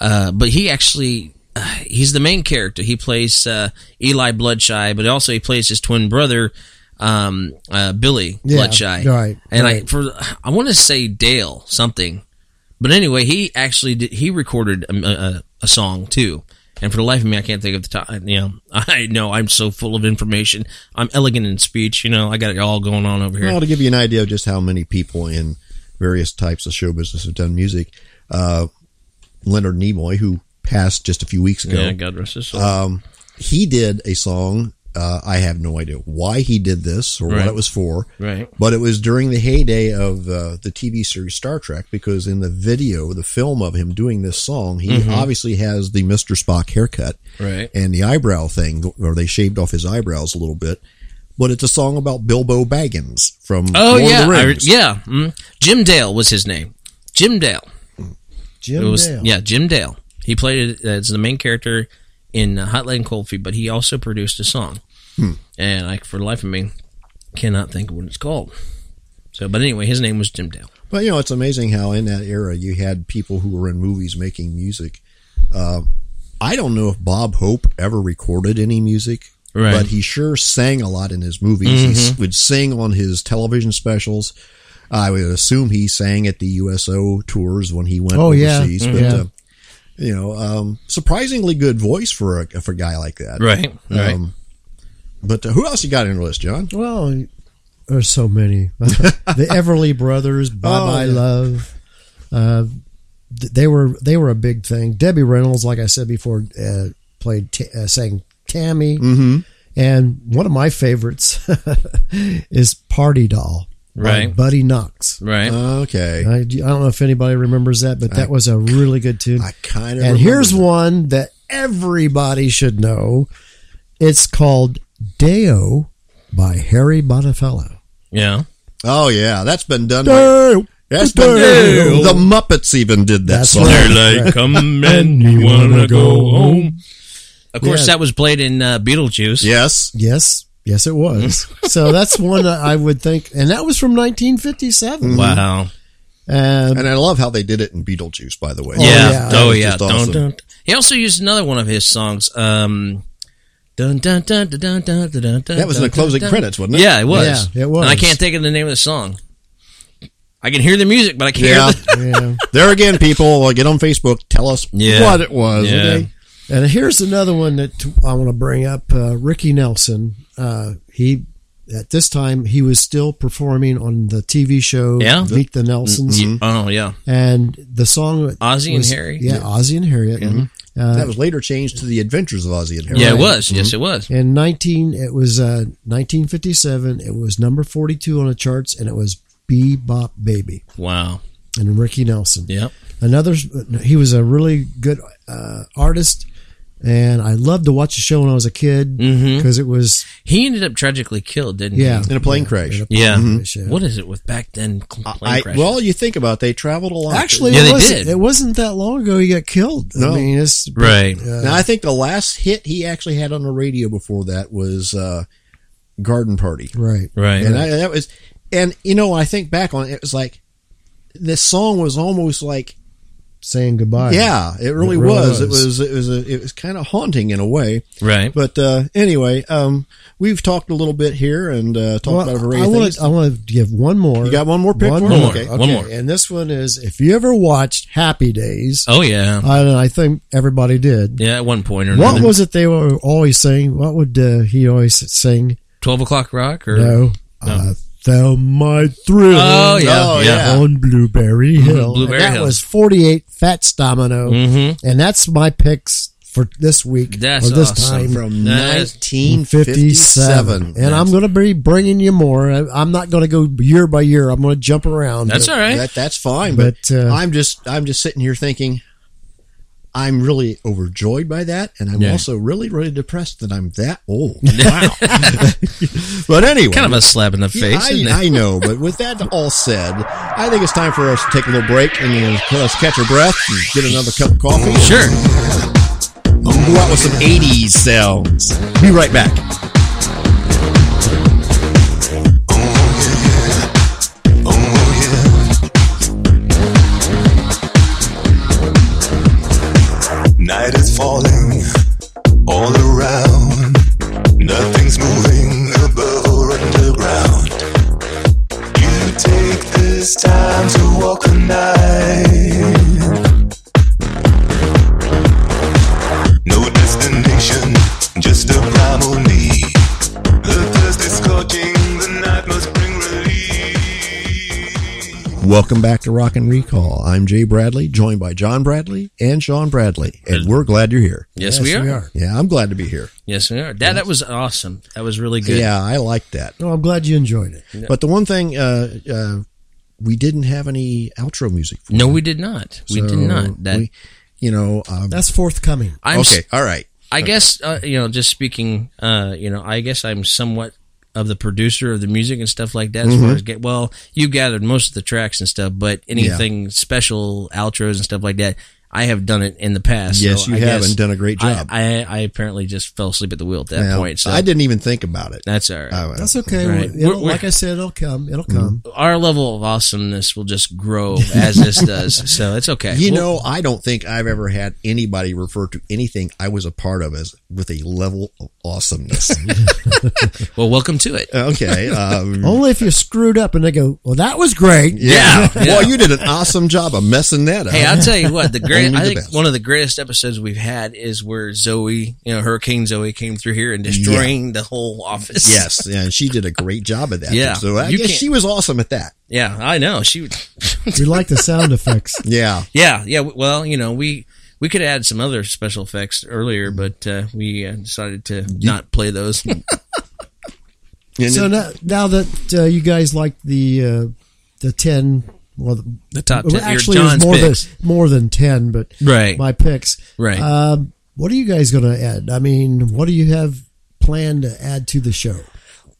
E: Uh, but he actually uh, he's the main character. He plays uh, Eli Bloodshy, but also he plays his twin brother um, uh, Billy
F: Yeah,
E: Bloodshy.
F: right,
E: And I
F: right.
E: for I want to say Dale something. But anyway, he actually did, he recorded um, a, a, a song too. And for the life of me, I can't think of the time. You know, I know I'm so full of information. I'm elegant in speech. You know, I got it all going on over here.
D: Well, to give you an idea of just how many people in various types of show business have done music, uh, Leonard Nimoy, who passed just a few weeks ago,
E: yeah, God rest his soul.
D: um, he did a song. Uh, I have no idea why he did this or
E: Right.
D: what it was for,
E: right.
D: but it was during the heyday of uh, the TV series Star Trek because in the video, the film of him doing this song, he
E: Mm-hmm.
D: obviously has the Mr. Spock haircut
E: Right.
D: and the eyebrow thing, or they shaved off his eyebrows a little bit. But it's a song about Bilbo Baggins from
E: Oh
D: Lord of
E: yeah,
D: the
E: I-
D: Rings.
E: yeah. Mm. Jim Dale was his name. Jim Dale.
F: Jim
E: it was
F: Dale.
E: yeah, Jim Dale. He played it as the main character in uh, Hot Lead and Cold Feet, but he also produced a song.
D: Hmm.
E: And I, for the life of me, cannot think of what it's called. So, but anyway, his name was Jim Dale.
D: But you know, it's amazing how in that era you had people who were in movies making music. Uh, I don't know if Bob Hope ever recorded any music,
E: Right. Mm-hmm.
D: but he sure sang a lot in his movies. He s- would sing on his television specials. I would assume he sang at the USO tours when he went
F: Oh, yeah.
D: overseas.
F: Mhm.
D: But
E: Mm-hmm.
F: Yeah.
D: uh, you know, um, surprisingly good voice for a for a guy like that.
E: Right. Right.
D: Um, but uh, who else you got in your list, John?
F: Well, there's so many. the Everly Brothers, Bye
D: Oh,
F: Bye
D: yeah.
F: Love. Uh, th- they were they were a big thing. Debbie Reynolds, like I said before, uh, played t- uh, sang Tammy, mm-hmm. and one of my favorites is Party Doll, by
D: um,
E: Right.
F: Buddy Knox.
E: right.
D: uh, Okay,
F: I, I don't know if anybody remembers that, but that was a really good tune.
D: I kind of
F: And here's
D: one.
F: one that everybody should know. It's called Deo by Harry Bonifello.
E: yeah.
D: Oh yeah, that's been done. by-
F: Deo.
D: That's
F: Deo.
D: been done. The Muppets even did that
F: That's
D: song.
F: right.
E: like come and you wanna go home. Of course, that was played in uh, Beetlejuice.
D: Yes.
F: Yes. Yes, it was. so that's one that I would think, and that was from 1957.
E: Wow.
F: Um,
D: And I love how they did it in Beetlejuice, by the way.
E: yeah.
F: yeah.
E: Oh
D: It's
E: yeah.
D: just awesome.
E: Dun, dun. He also used another one of his songs. Um, dun, dun, dun, dun, dun, dun, dun, dun,
D: That was in the
E: dun,
D: closing
E: dun.
D: credits, wasn't it?
E: Yeah, it was.
F: Yeah, it was.
E: And I can't think of the name of the song. I can hear the music, but I can't.
D: Yeah.
E: Hear the-
F: yeah.
D: there again, people. uh, Get on Facebook. Tell us
E: Yeah.
D: what it was.
E: Yeah.
D: okay?
F: And here's another one that I want to bring up. Uh, Ricky Nelson. Uh, he at this time he was still performing on the TV show
E: Yeah.
F: Meet the Nelsons,
D: Mm-hmm.
E: Oh yeah.
F: and the song that
E: Ozzie and
F: was-
E: Harry?
F: Yeah, Ozzy and Harriet. Uh,
D: Mm-hmm. That was later changed to The Adventures of Ozzy and Harriet.
E: Yeah, it was.
D: Mm-hmm.
E: Yes, it was.
F: in 19 it was uh, 1957 it was number 42 on the charts and it was bebop baby
E: Wow.
F: and ricky nelson
E: Yep.
F: another he was a really good uh, artist and i loved to watch the show when i was a kid
E: Mm-hmm.
F: because it was
E: He ended up tragically killed, didn't he?
F: yeah
D: In a plane crash.
F: in a
E: Yeah.
F: plane crash, yeah.
E: What is it with back then? cl- Plane
D: Mm-hmm. I,
E: crashes?
D: well, you think about it, they traveled a lot.
F: actually
E: Yeah,
F: it,
E: they
F: wasn't,
E: did.
F: it wasn't that long ago he got killed
D: No.
F: i mean it's
E: right.
D: now I think the last hit he actually had on the radio before that was uh, Garden Party.
F: right
E: Right.
D: And I, that was, and you know, when I think back on it, it was like this song was almost like,
F: saying goodbye
D: yeah, it really,
F: really
D: was. It
F: was.
D: was, it was, a, it was kind of haunting in a way.
E: right.
D: But uh, anyway, um, we've talked a little bit here and uh, talked
F: Well,
D: about a variety
F: I
D: of
F: want
D: things.
F: to. I want to give one more.
D: You got one more pick
F: One
D: for
F: more.
D: us?
E: Okay. One more.
F: And this one is if you ever watched Happy Days,
E: oh yeah.
F: I, I think everybody did.
E: yeah. At one point or
F: What
E: another.
F: was it they were always saying? What would uh, he always sing?
E: Twelve o'clock rock or
F: No, I found my thrill.
E: Oh, yeah, Mm-hmm.
D: Oh, yeah.
F: on Blueberry Hill.
E: Blueberry
F: And that
E: Hill.
F: was forty-eight Fats Domino,
E: Mm-hmm.
F: and that's my picks for this week
E: That's
F: or this
E: awesome.
F: time.
D: From
E: That is-
F: 1957.
D: 1957.
F: And I'm going to be bringing you more. I, I'm not going to go year by year. I'm going to jump around.
E: That's
F: But
E: all right.
D: That, that's fine, but,
F: But, uh,
D: I'm just I'm just sitting here thinking I'm really overjoyed by that, and I'm
E: Yeah.
D: also really really depressed that I'm that old. Wow. but anyway,
E: kind of a slap in the
D: yeah,
E: face. isn't it?
D: I, I know, but with that all said, I think it's time for us to take a little break and uh, let us catch our breath and get another cup of coffee.
E: Sure.
D: We'll go out with some 80s sounds. Be right back.
G: Oh, Oh, Night is falling all around. Nothing's moving above or underground. You take this time to walk the night. No destination, just a primal need. The thirst is scorching, the night must bring relief.
D: Welcome back to Rock and Recall. I'm Jay Bradley, joined by John Bradley and Sean Bradley, and we're glad you're here.
E: Yes, we, are.
D: Yeah, I'm glad to be here.
E: Yes, we are. That that was awesome. That was really good.
D: Yeah, I like that.
F: No, I'm glad you enjoyed it.
D: But the one thing, uh, uh, we didn't have any outro music. For.
E: No, we did not. We
D: So
E: did not. That
D: we- you know, um,
F: That's forthcoming.
E: I'm s-
D: okay. All right.
E: I guess uh, you know, just speaking, uh, you know, I guess I'm somewhat of the producer of the music and stuff like that. As
D: Mm-hmm.
E: far as get, well, you gathered most of the tracks and stuff, but anything special outros and stuff like that, I have done it in the past.
D: Yes, you
E: I
D: have,
E: guess
D: and done a great
E: I-
D: job.
E: I, I, apparently just fell asleep at the wheel at that
D: Now,
E: point. So
D: I didn't even think about it.
E: That's all right.
D: I-
F: That's okay.
E: Right.
F: It'll-
E: We're- we're-
F: like I said, it'll come. It'll
D: Mm-hmm.
F: come.
E: Our level of awesomeness will just grow as this does. So it's okay.
D: you
E: We'll-
D: know, I don't think I've ever had anybody refer to anything I was a part of as with a level of awesomeness.
E: well, welcome to
D: Uh,
E: it.
D: okay. Um,
E: Oh,
F: Only if you screwed up and they go, well, that was great.
E: Yeah.
D: Well, you did an awesome job of messing that up.
E: Hey, I'll tell you what. The great,
D: Only
E: I
D: the
E: think
D: best.
E: one of the greatest episodes we've had is where Zoe, you know, Hurricane Zoe came through here and destroying the whole office.
D: yes, yeah, and she did a great job at that.
E: Yeah.
D: So I
E: You
D: guess
E: can't-
D: she was awesome at that.
E: Yeah, I know. She. would-
F: We like the sound effects.
D: Yeah.
E: yeah, yeah. Well, you know, we we could have had some other special effects earlier, but uh, we uh, decided to not play those.
D: And
F: So
D: it-
F: now, now that uh, you guys like the uh, the ten, well, the,
E: The top 10, your
F: actually, it was
E: John's
F: more
E: picks.
F: than more than ten, but
E: Right.
F: my picks,
E: Right.
F: Um, what are you guys going to add? I mean, what do you have planned to add to the show?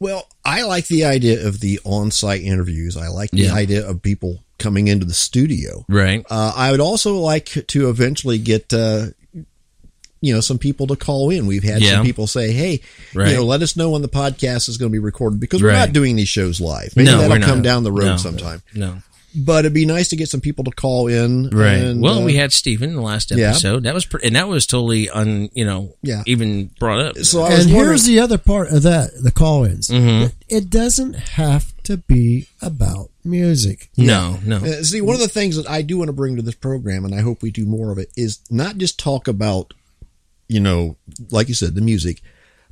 D: Well, I like the idea of the on-site interviews. I like the
E: Yeah.
D: idea of people coming into the studio.
E: right.
D: Uh, I would also like to eventually get uh, you know, some people to call in. We've had
E: Yeah.
D: some people say, "Hey,
E: Right.
D: you know, let us know when the podcast is going to be recorded because we're
E: Right.
D: not doing these shows live. Maybe
E: No,
D: that'll
E: we're not.
D: come down the road
E: No.
D: sometime.
E: No.
D: But it'd be nice to get some people to call in.
E: Right.
D: and,
E: well,
D: uh,
E: we had Steven in the last
D: yeah.
E: episode. That was pretty, and that was totally un, you know,
D: Yeah.
E: even brought up.
D: So I was
F: and
D: wondering,
F: here's the other part of that the call ins.
E: Mm-hmm.
F: It, it doesn't have to be about music.
E: no, no.
D: Uh, see, one of the things that I do want to bring to this program, and I hope we do more of it, is not just talk about, you know, like you said, the music.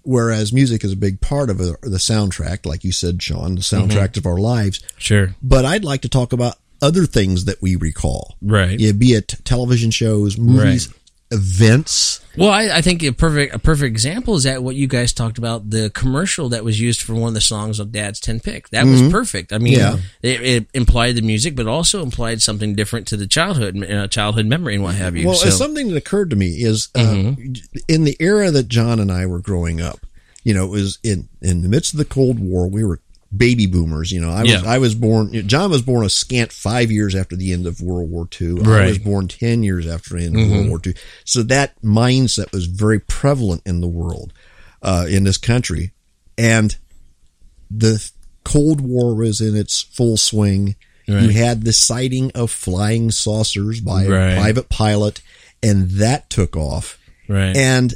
D: Whereas music is a big part of uh, the soundtrack, like you said, Sean,
E: Mm-hmm.
D: the soundtrack of our lives.
E: Sure.
D: But I'd like to talk about other things that we recall.
E: Right.
D: Yeah, be it television shows, movies, events.
E: Well, I, I think a perfect a perfect example is that what you guys talked about the commercial that was used for one of the songs on Dad's Ten Pick. That was perfect. I mean,
D: Mm-hmm. Yeah.
E: it, it implied the music, but also implied something different to the childhood uh, childhood memory and what have you.
D: Well,
E: so, Mm-hmm.
D: it's something that occurred to me is uh, in the era that John and I were growing up, you know, it was in in the midst of the Cold War. We were baby boomers. You know, I was
E: Yeah.
D: I was born. you know, John was born a scant five years after the end of World War II. I
E: Right. Mm-hmm.
D: was born ten years after the end of World War II. So that mindset was very prevalent in the world, uh, in this country, and the Cold War was in its full swing. You
E: Right.
D: had the sighting of flying saucers by
E: Right.
D: a private pilot, and that took off.
E: right.
D: And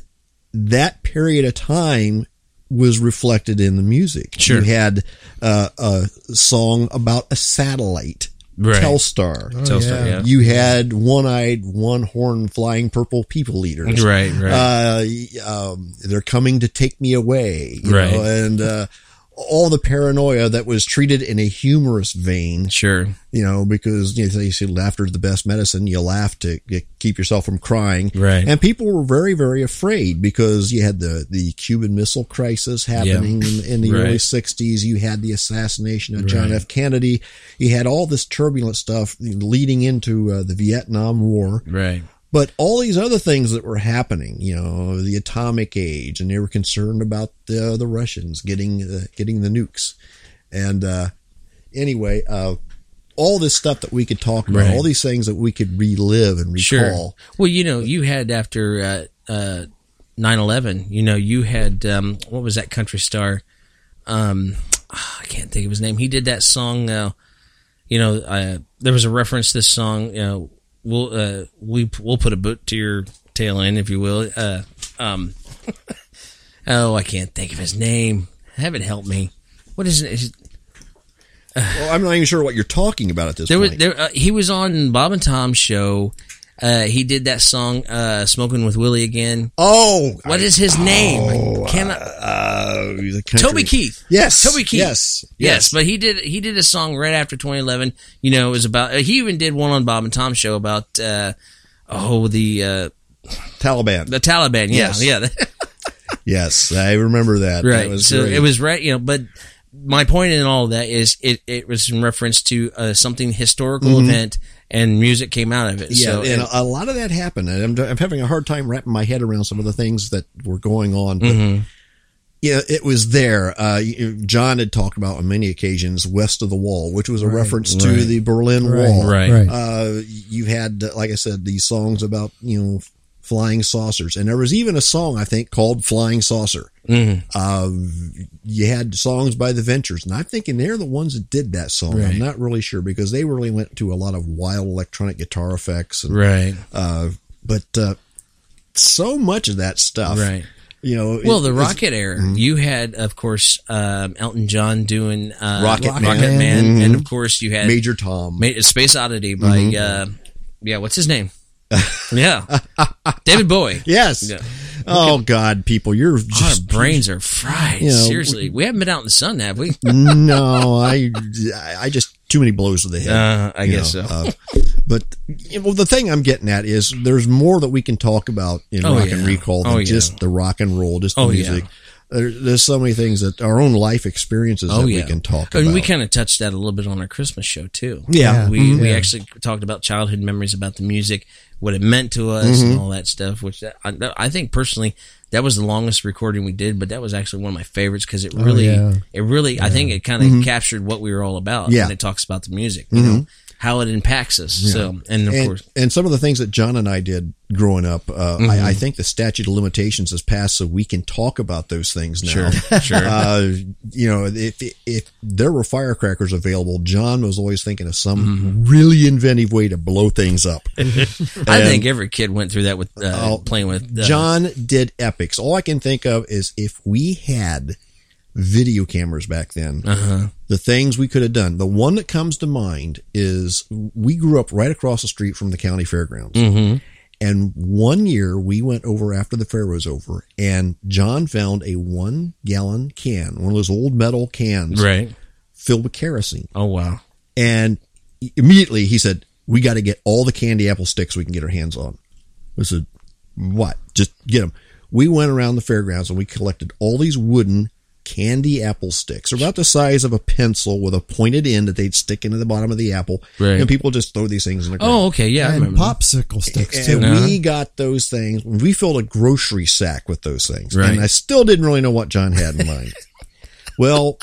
D: that period of time was reflected in the music.
E: Sure.
D: You had uh, a song about a satellite,
E: Right.
D: Telstar.
E: Telstar, yeah.
D: You had one eyed, one horn flying purple people eaters
E: Right, right.
D: uh, um, they're coming to take me away, you
E: Right.
D: know, and uh, all the paranoia that was treated in a humorous vein,
E: sure.
D: you know, because you know, they say laughter is the best medicine. You laugh to get- keep yourself from crying,
E: Right.
D: And people were very, very afraid because you had the the Cuban Missile Crisis happening in, in the
E: Right.
D: early '60s. You had the assassination of John F. Kennedy. You had all this turbulent stuff leading into uh, the Vietnam War,
E: Right.
D: but all these other things that were happening, you know, the atomic age, and they were concerned about the the Russians getting the, getting the nukes, and uh, anyway, uh, all this stuff that we could talk about,
E: Right.
D: all these things that we could relive and recall.
E: Well, you know, you had after uh, uh, 9-11, you know, you had, um, what was that country star? Um, ah, I can't think of his name. He did that song, uh, you know, uh, there was a reference to this song, you know, we'll, uh, we, we'll put a boot to your tail end, if you will. Uh, um, oh, I can't think of his name. Heaven help me. What is it? Is it
D: Well, I'm not even sure what you're talking about at this
E: there
D: point.
E: was there. Uh, he was on Bob and Tom's show. Uh, he did that song, uh, "Smoking with Willie" again.
D: oh,
E: What is his name? Can I,
D: uh, the country-
E: Toby Keith.
D: Yes,
E: Toby Keith.
D: Yes,
E: Yes, but he did he did a song right after 2011. You know, it was about uh, he even did one on Bob and Tom's show about uh, oh the uh,
D: Taliban.
E: the Taliban. Yeah,
D: Yes.
E: yeah,
D: yes, I remember that.
E: right.
D: That was
E: so
D: great.
E: it was right. You know, but my point in all that is it it was in reference to uh, something historical event and music came out of it.
D: Mm-hmm. Yeah,
E: so,
D: and a lot of that happened. And I'm, I'm having a hard time wrapping my head around some of the things that were going on. But
E: Mm-hmm.
D: Yeah, it was there. Uh, you- John had talked about on many occasions West of the Wall, which was a reference to the Berlin Wall.
E: Right.
F: Right.
D: Uh, you had, like I said, these songs about, you know, flying saucers. And there was even a song, I think, called Flying Saucer.
E: Mm-hmm.
D: Uh, you had songs by the Ventures, and I'm thinking they're the ones that did that song. I'm not really sure because they really went to a lot of wild electronic guitar effects. And,
E: right,
D: uh, but uh, so much of that stuff,
E: right.
D: You know,
E: Well,
D: it- Mm-hmm.
E: the
D: it's-
E: Rocket era. You had, of course, um, Elton John doing uh,
D: Rocket Man. Mm-hmm.
E: Man, and of course you had
D: Major Tom.
E: Ma- Space Oddity by
D: Mm-hmm.
E: uh, yeah, what's his name? yeah, David Bowie.
D: yes.
E: Yeah.
D: Oh God, people, you're
E: Our
D: just
E: brains are fried.
D: You know,
E: Seriously, we haven't been out in the sun, have we?
D: no. I, I I just too many blows to the head.
E: Uh, I
D: you
E: guess
D: know,
E: so.
D: uh, but yeah, well, the thing I'm getting at is there's more that we can talk about in
E: Oh,
D: rock
E: yeah.
D: and recall than
E: Oh, yeah.
D: just the rock and roll, just the
E: Oh, yeah.
D: music. There, there's so many things that our own life experiences
E: Oh
D: that
E: yeah,
D: we can talk
E: and
D: about.
E: we kind of touched that a little bit on our Christmas show too.
D: Yeah.
E: we
F: Mhm.
E: we
F: Yeah.
E: actually talked about childhood memories about the music, what it meant to us,
D: Mm-hmm.
E: and all that stuff. Which that- I, I think personally, that was the longest recording we did, but that was actually one of my favorites because it really,
F: Oh, yeah.
E: it really, I think it kind of captured what we were all about.
D: Mm-hmm. Yeah. Mm-hmm.
E: and it talks about the music, you know, how it impacts us. So, and of
D: and,
E: course,
D: and some of the things that John and I did growing up, uh, I, I think the statute of limitations has passed, so we can talk about those things now. Sure, sure. Uh, you know, if if there were firecrackers available, John was always thinking of some really inventive way to blow things up.
E: I think every kid went through that with uh,
D: Oh,
E: playing with uh,
D: John did epics. All I can think of is if we had video cameras back then, the things we could have done. The one that comes to mind is we grew up right across the street from the county fairgrounds.
E: Mm-hmm.
D: And one year we went over after the fair was over, and John found a one gallon can, one of those old metal cans
E: Right.
D: filled with kerosene.
E: Oh wow.
D: And immediately he said, "We got to get all the candy apple sticks we can get our hands on." I said, "What? Just get them." We went around the fairgrounds and we collected all these wooden candy apple sticks, They're about the size of a pencil with a pointed end that they'd stick into the bottom of the apple.
E: Right.
D: And people just throw these things in the ground.
E: Oh okay. Yeah. I
F: and
E: remember.
F: popsicle sticks too.
D: And we got those things. We filled a grocery sack with those things.
E: Right.
D: And I still didn't really know what John had in mind. well,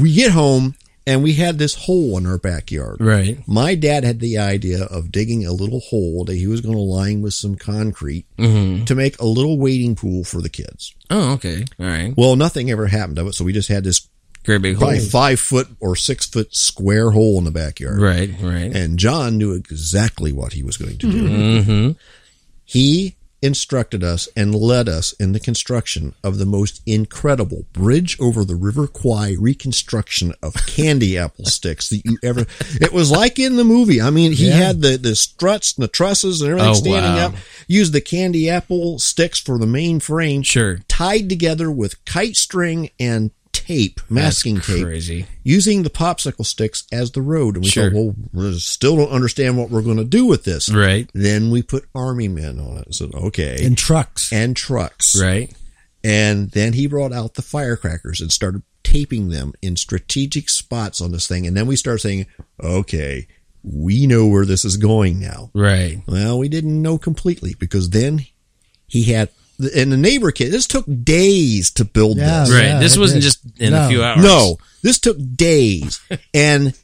D: we get home and we had this hole in our backyard.
E: Right.
D: My dad had the idea of digging a little hole that he was going to line with some concrete
E: Mm-hmm.
D: to make a little wading pool for the kids.
E: Oh okay. All right.
D: Well, nothing ever happened of it. So we just had this
E: Great big hole.
D: probably five foot or six foot square hole in the backyard.
E: Right. Right.
D: And John knew exactly what he was going to
E: Mm-hmm.
D: do. He instructed us and led us in the construction of the most incredible bridge over the River Kwai reconstruction of candy apple sticks that you ever. It was like in the movie. I mean, he had the, the struts and the trusses and everything
E: Oh,
D: standing
E: wow.
D: up, used the candy apple sticks for the main frame,
E: Sure.
D: tied together with kite string and tape, masking tape
E: Crazy.
D: using the popsicle sticks as the road. And we
E: Sure.
D: thought, well, we still don't understand what we're going to do with this.
E: Right.
D: Then we put army men on it. and said, okay.
F: And trucks.
D: And trucks.
E: Right.
D: And then he brought out the firecrackers and started taping them in strategic spots on this thing. And then we started saying, okay, we know where this is going now.
E: Right.
D: Well, we didn't know completely because then he had, and the neighbor kid, this took days to build
F: Yeah,
D: this.
E: Right.
F: yeah,
E: this
F: it
E: wasn't
F: did.
E: just in a
F: No.
E: few hours.
D: No, this took days and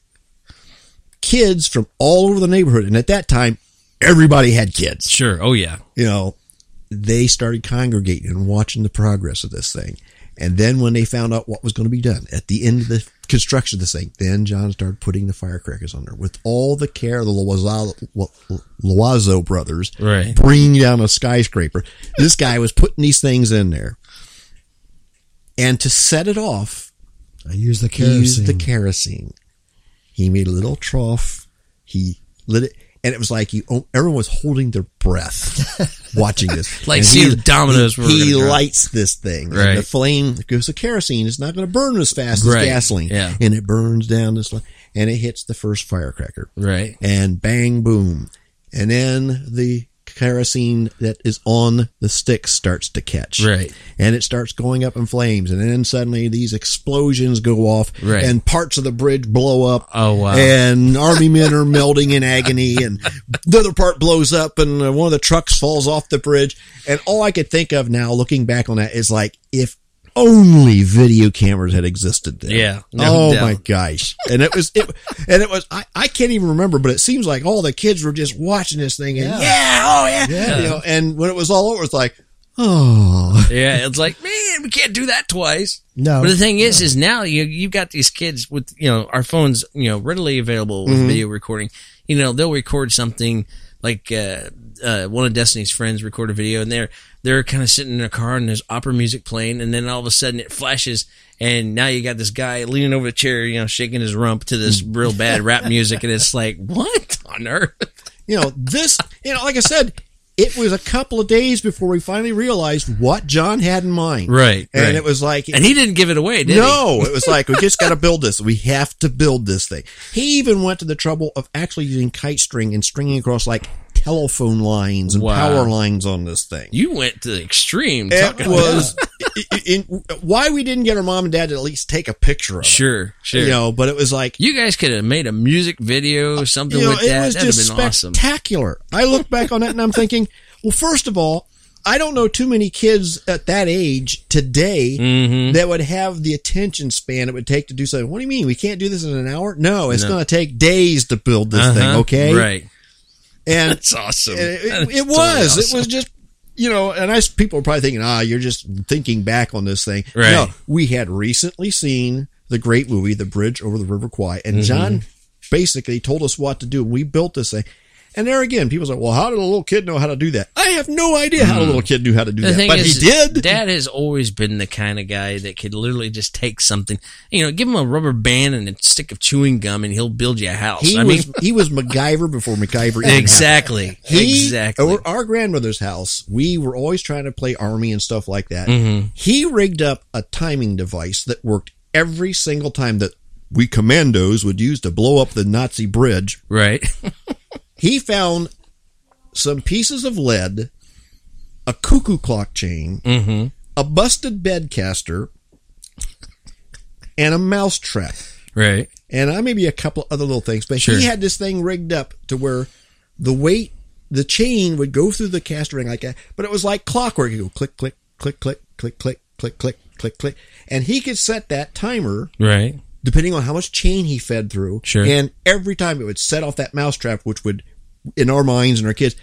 D: kids from all over the neighborhood. And at that time, everybody had kids.
E: Sure. Oh yeah.
D: You know, they started congregating and watching the progress of this thing. And then when they found out what was going to be done at the end of the construction of this thing, then John started putting the firecrackers on there with all the care of the Loazo, Lo- Loazo brothers,
E: Right.
D: bringing down a skyscraper. This guy was putting these things in there. And to set it off,
F: I use the
D: he
F: kerosene.
D: used the kerosene. He made a little trough. He lit it, and it was like you. Everyone was holding their breath watching this.
E: Like
D: And
E: seeing if dominoes
D: He,
E: were gonna
D: he
E: drop.
D: lights this thing, and
E: Right.
D: the flame because the kerosene is not going to burn as fast
E: Right.
D: as gasoline,
E: Yeah.
D: and it burns down this, li- and it hits the first firecracker,
E: Right.
D: and bang, boom, and then the kerosene that is on the stick starts to catch,
E: Right.
D: and it starts going up in flames, and then suddenly these explosions go off,
E: Right.
D: and parts of the bridge blow up.
E: Oh, wow.
D: And army men are melting in agony, and the other part blows up, and uh, one of the trucks falls off the bridge. And all I could think of now, looking back on that, is like if only video cameras had existed then.
E: Yeah, no
D: oh
E: doubt.
D: my gosh. And it was it, and it was I, I can't even remember, but it seems like all the kids were just watching this thing and yeah,
F: Yeah.
D: oh yeah. You know, and when it was all over, it's like, oh,
E: Yeah, it's like, man, we can't do that twice.
F: No.
E: But the thing is, is now you you've got these kids with you know our phones you know readily available with video recording. You know they'll record something like uh, uh, one of Destiny's friends record a video, and they're they're kind of sitting in a car and there's opera music playing, and then all of a sudden it flashes, and now you got this guy leaning over the chair, you know, shaking his rump to this real bad rap music, and it's like, what on earth?
D: you know, this, you know, like I said, it was a couple of days before we finally realized what John had in mind.
E: Right,
D: And
E: right.
D: it was like,
E: And he didn't give it away, did he?
D: no, it was like, we just got to build this. We have to build this thing. He even went to the trouble of actually using kite string and stringing across like telephone lines and
E: Wow.
D: power lines on this thing.
E: You went to the extreme.
D: it
E: talking
D: was i- i- in, why we didn't get our mom and dad to at least take a picture of
E: Sure,
D: it.
E: sure.
D: You know, but it was like,
E: You guys could have made a music video, or something
D: Uh, you know,
E: with that.
D: It was
E: That'd
D: just
E: have been awesome.
D: spectacular. I look back on that and I'm thinking, well, first of all, I don't know too many kids at that age today
F: Mm-hmm.
E: Mm-hmm.
D: that would have the attention span it would take to do something. What do you mean we can't do this in an hour? No, it's going to take days to build this thing.
E: Uh-huh.
D: Okay,
E: Right.
D: And
E: It's awesome.
D: and it, it,
E: That's
D: it was.
E: totally
D: It
E: awesome.
D: was just you know, and I people are probably thinking, ah, you're just thinking back on this thing.
E: Right.
D: No, we had recently seen the great movie, The Bridge Over the River Kwai, and
E: Mm-hmm.
D: John basically told us what to do. We built this thing. And there again, people's like, well, how did a little kid know how to do that? I have no idea
E: Hmm.
D: how a little kid knew how to do
E: The
D: that,
E: thing
D: but
E: is,
D: he did.
E: Dad has always been the kind of guy that could literally just take something, you know, give him a rubber band and a stick of chewing gum, and he'll build you a house.
D: he
E: I
D: was
E: mean,
D: he was MacGyver before MacGyver. even happened.
E: exactly,
D: He,
E: exactly.
D: Or our grandmother's house, we were always trying to play army and stuff like that.
E: Mm-hmm.
D: He rigged up a timing device that worked every single time that we commandos would use to blow up the Nazi bridge.
E: right,
D: He found some pieces of lead, a cuckoo clock chain, a busted bed caster, and a mouse trap
E: right.
D: and I maybe a couple other little things, but
E: Sure.
D: he had this thing rigged up to where the weight, the chain would go through the caster ring like that, but it was like clockwork. You go click, click, click, click, click, click, click, click, click, click, and he could set that timer
E: Right.
D: depending on how much chain he fed through.
E: Sure.
D: And every time it would set off that mousetrap, which would, in our minds and our kids,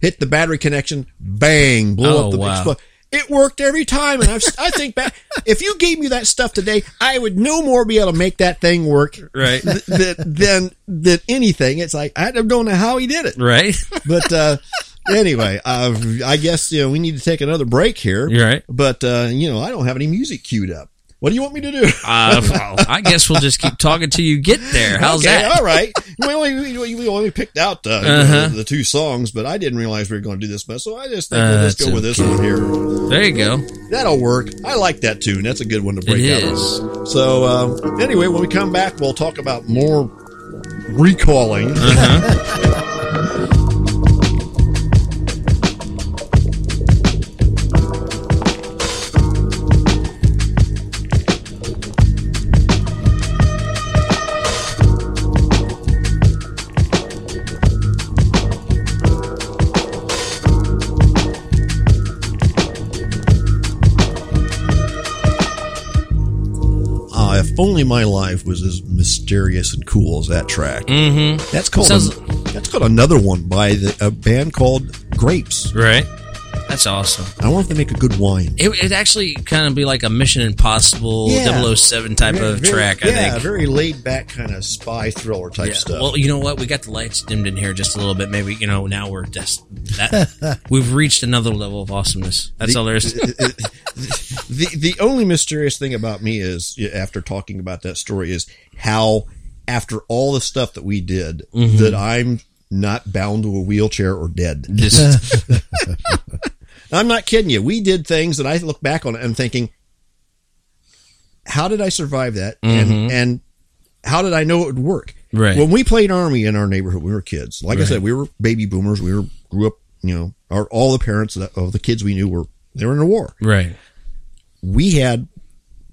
D: hit the battery connection, bang, blow
E: Oh,
D: up the
E: wow.
G: Wow.
D: It worked every time, and I've, I think back. If you gave me that stuff today, I would no more be able to make that thing work
E: Right.
D: th- th- than than anything. It's like I don't know how he did it,
E: Right.
D: but uh, anyway, uh, I guess you know we need to take another break here.
E: You're right.
D: But uh, you know, I don't have any music queued up. What do you want me to do?
E: Uh, well, I guess we'll just keep talking till you get there. How's
D: okay,
E: that? Uh-huh.
D: all right. We only, we- we only picked out uh, the, the two songs, but I didn't realize we were going to do this much, so I just think
E: Uh,
D: let's go
E: that's
D: with this one here.
E: There you go.
D: That'll work. I like that tune. That's a good one to
E: It
D: break out. on.
E: is.
D: So um, anyway, when we come back, we'll talk about more recalling.
E: Uh-huh.
D: Ah, if only my life was as mysterious and cool as that track. Mm-hmm. That's called
E: Sounds-
D: that's called another one by the, a band called Grapes.
E: Right. That's awesome.
D: I wonder if they make a good wine.
E: It, it'd actually kind of be like a Mission Impossible
D: Yeah.
E: 007 type
D: Very-
E: of
D: very-
E: track, I
D: yeah,
E: think.
D: very laid back kind of spy thriller type
E: Yeah.
D: stuff.
E: Well, you know what? We got the lights dimmed in here just a little bit. Maybe you know now we're just that we've reached another level of awesomeness. That's all there is.
D: the the only mysterious thing about me is yeah, after talking about that story is how after all the stuff that we did that I'm not bound to a wheelchair or dead.
E: This-
D: I'm not kidding you. We did things that I look back on and thinking, how did I survive that? And and how did I know it would work?
E: Right.
D: When we played army in our neighborhood, we were kids. Like I said, we were baby boomers. We were grew up. You know, our, all the parents that- of the kids we knew were they were in the war.
E: right.
D: We had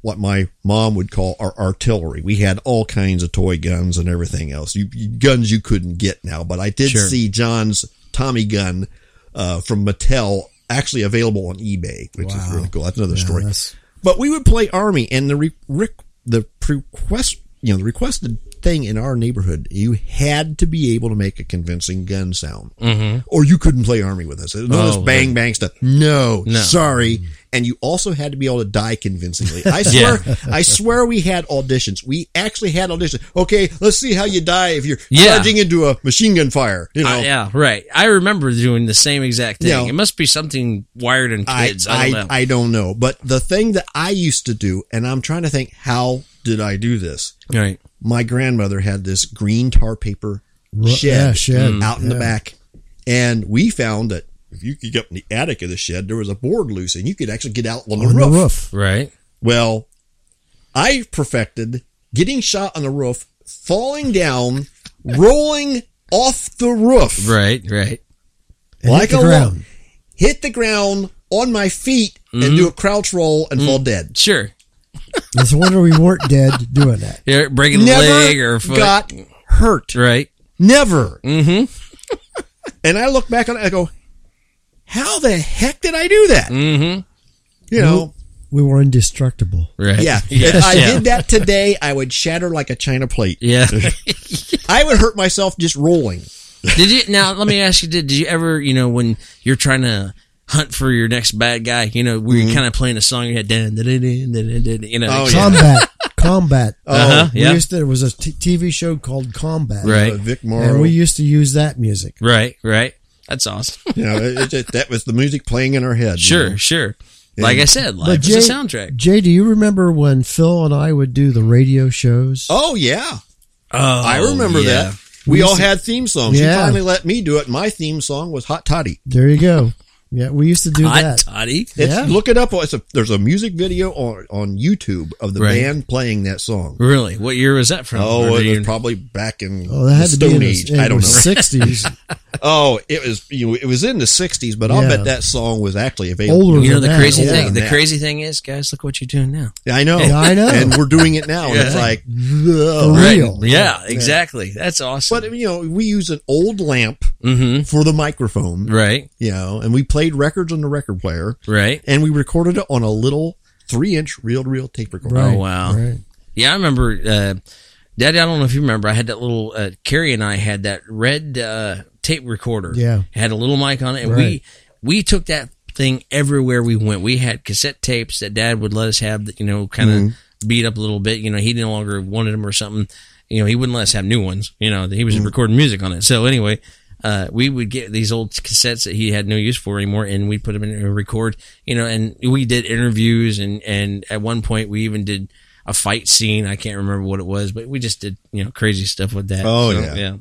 D: what my mom would call our artillery. We had all kinds of toy guns and everything else. You, you- guns you couldn't get now, but I did
E: Sure.
D: see John's Tommy gun uh, from Mattel actually available on eBay, which is really cool. That's another story.
F: that's-
D: But we would play Army, and the re- rec- the request you know the requested thing in our neighborhood, you had to be able to make a convincing gun sound, mm-hmm. or you couldn't play Army with us. No, this
E: Oh,
D: bang bang stuff. No,
E: No.
D: sorry. And you also had to be able to die convincingly. I swear, I swear, we had auditions. We actually had auditions. Okay, let's see how you die if you're
E: Yeah.
D: charging into a machine gun fire. You know,
E: Uh, yeah, right. I remember doing the same exact thing.
D: Yeah.
E: It must be something wired in kids. I,
D: I,
E: don't know.
D: I don't know. But the thing that I used to do, and I'm trying to think, how did I do this?
E: right.
D: My grandmother had this green tar paper shed, Mm.
F: yeah,
E: Mm.
F: shed,
D: out in the
F: yeah.
D: back. And we found that if you could get up in the attic of the shed, there was a board loose and you could actually get out on the,
F: on
D: roof.
F: the roof.
E: Right.
D: Well, I perfected getting shot on the roof, falling down, rolling off the roof.
E: Right. Right.
F: And
D: Like
F: hit the
D: a
F: ground.
D: lo- hit the ground on my feet
E: Mm-hmm.
D: and do a crouch roll and fall dead.
E: Sure.
F: It's a wonder we weren't dead doing that.
E: You're breaking a leg or
D: Never
E: a foot.
D: got hurt.
E: right.
D: Never. Mm-hmm. and I look back on it, I go, how the heck did I do that? Mm-hmm. You know,
F: We were indestructible.
E: Right.
D: yeah. If I did that today, I would shatter like a china plate.
E: Yeah.
D: I would hurt myself just rolling.
E: did you now let me ask you did, did you ever, you know, when you're trying to hunt for your next bad guy, you know, where you're kind of playing a song in your head, dun, dun, dun, dun, dun, dun, you know.
D: Mm-hmm. Oh, yeah.
F: Combat. Combat.
E: Uh-huh,
F: we
E: yeah.
F: used to, there was a t- TV show called Combat.
E: Right.
D: Uh, Vic
F: And
D: Morrow.
F: we used to use that music.
E: Right, right. That's awesome.
D: you know, it, it just, that was the music playing in our head. you know.
E: sure, sure. Like I said, life
F: Jay,
E: is a soundtrack.
F: Jay, do you remember when Phil and I would do the radio shows?
D: Oh yeah,
E: Oh,
D: I remember
E: yeah.
D: that. We all had theme songs. She
F: Yeah.
D: finally let me do it. My theme song was Hot Toddy.
F: There you go. Yeah, we used to do
E: Hot
F: that.
E: toddy.
D: It's,
F: Yeah.
D: Look it up. It's a, there's a music video on, on YouTube of the
E: Right.
D: band playing that song.
E: Really? What year was that from?
D: Oh,
E: Or do
D: it
E: you-
D: was probably back in
F: Oh, that had
D: the
F: to be in
D: Stone
F: the,
D: Age.
F: in
D: I don't
F: the
D: know.
F: 60s.
D: Oh, it was you know, it was in the '60s, but I'll
F: Yeah.
D: bet that song was actually available.
F: Older
E: you know the
F: Yeah,
E: crazy
F: yeah.
E: thing. The
D: Yeah.
E: crazy thing is, guys, look what you're doing now.
D: I know.
F: Yeah, I know.
D: And we're doing it now, and it's
E: Yeah.
D: like,
F: For
D: ugh.
E: Right.
F: real.
E: Yeah, exactly. That's awesome.
D: but you know, we use an old lamp
E: mm-hmm.
D: for the microphone,
E: Right.
D: you know, and we played records on the record player,
E: Right.
D: and we recorded it on a little three-inch reel-to-reel tape recorder.
E: Oh wow.
F: Right.
E: Yeah, I remember. Uh, Daddy, I don't know if you remember. I had that little uh, Carrie and I had that red uh, tape recorder.
F: Yeah.
E: it had a little mic on it, and we
F: Right.
E: we took that thing everywhere we went. We had cassette tapes that Dad would let us have that you know kind of
D: Mm-hmm.
E: beat up a little bit. You know, he no longer wanted them or something. You know, he wouldn't let us have new ones. You know, he was
D: Mm-hmm.
E: recording music on it. So anyway. Uh, we would get these old cassettes that he had no use for anymore, and we'd put them in and record, you know. And we did interviews, and and at one point we even did a fight scene. I can't remember what it was, but we just did you know crazy stuff with that.
D: Oh,
E: So,
D: yeah.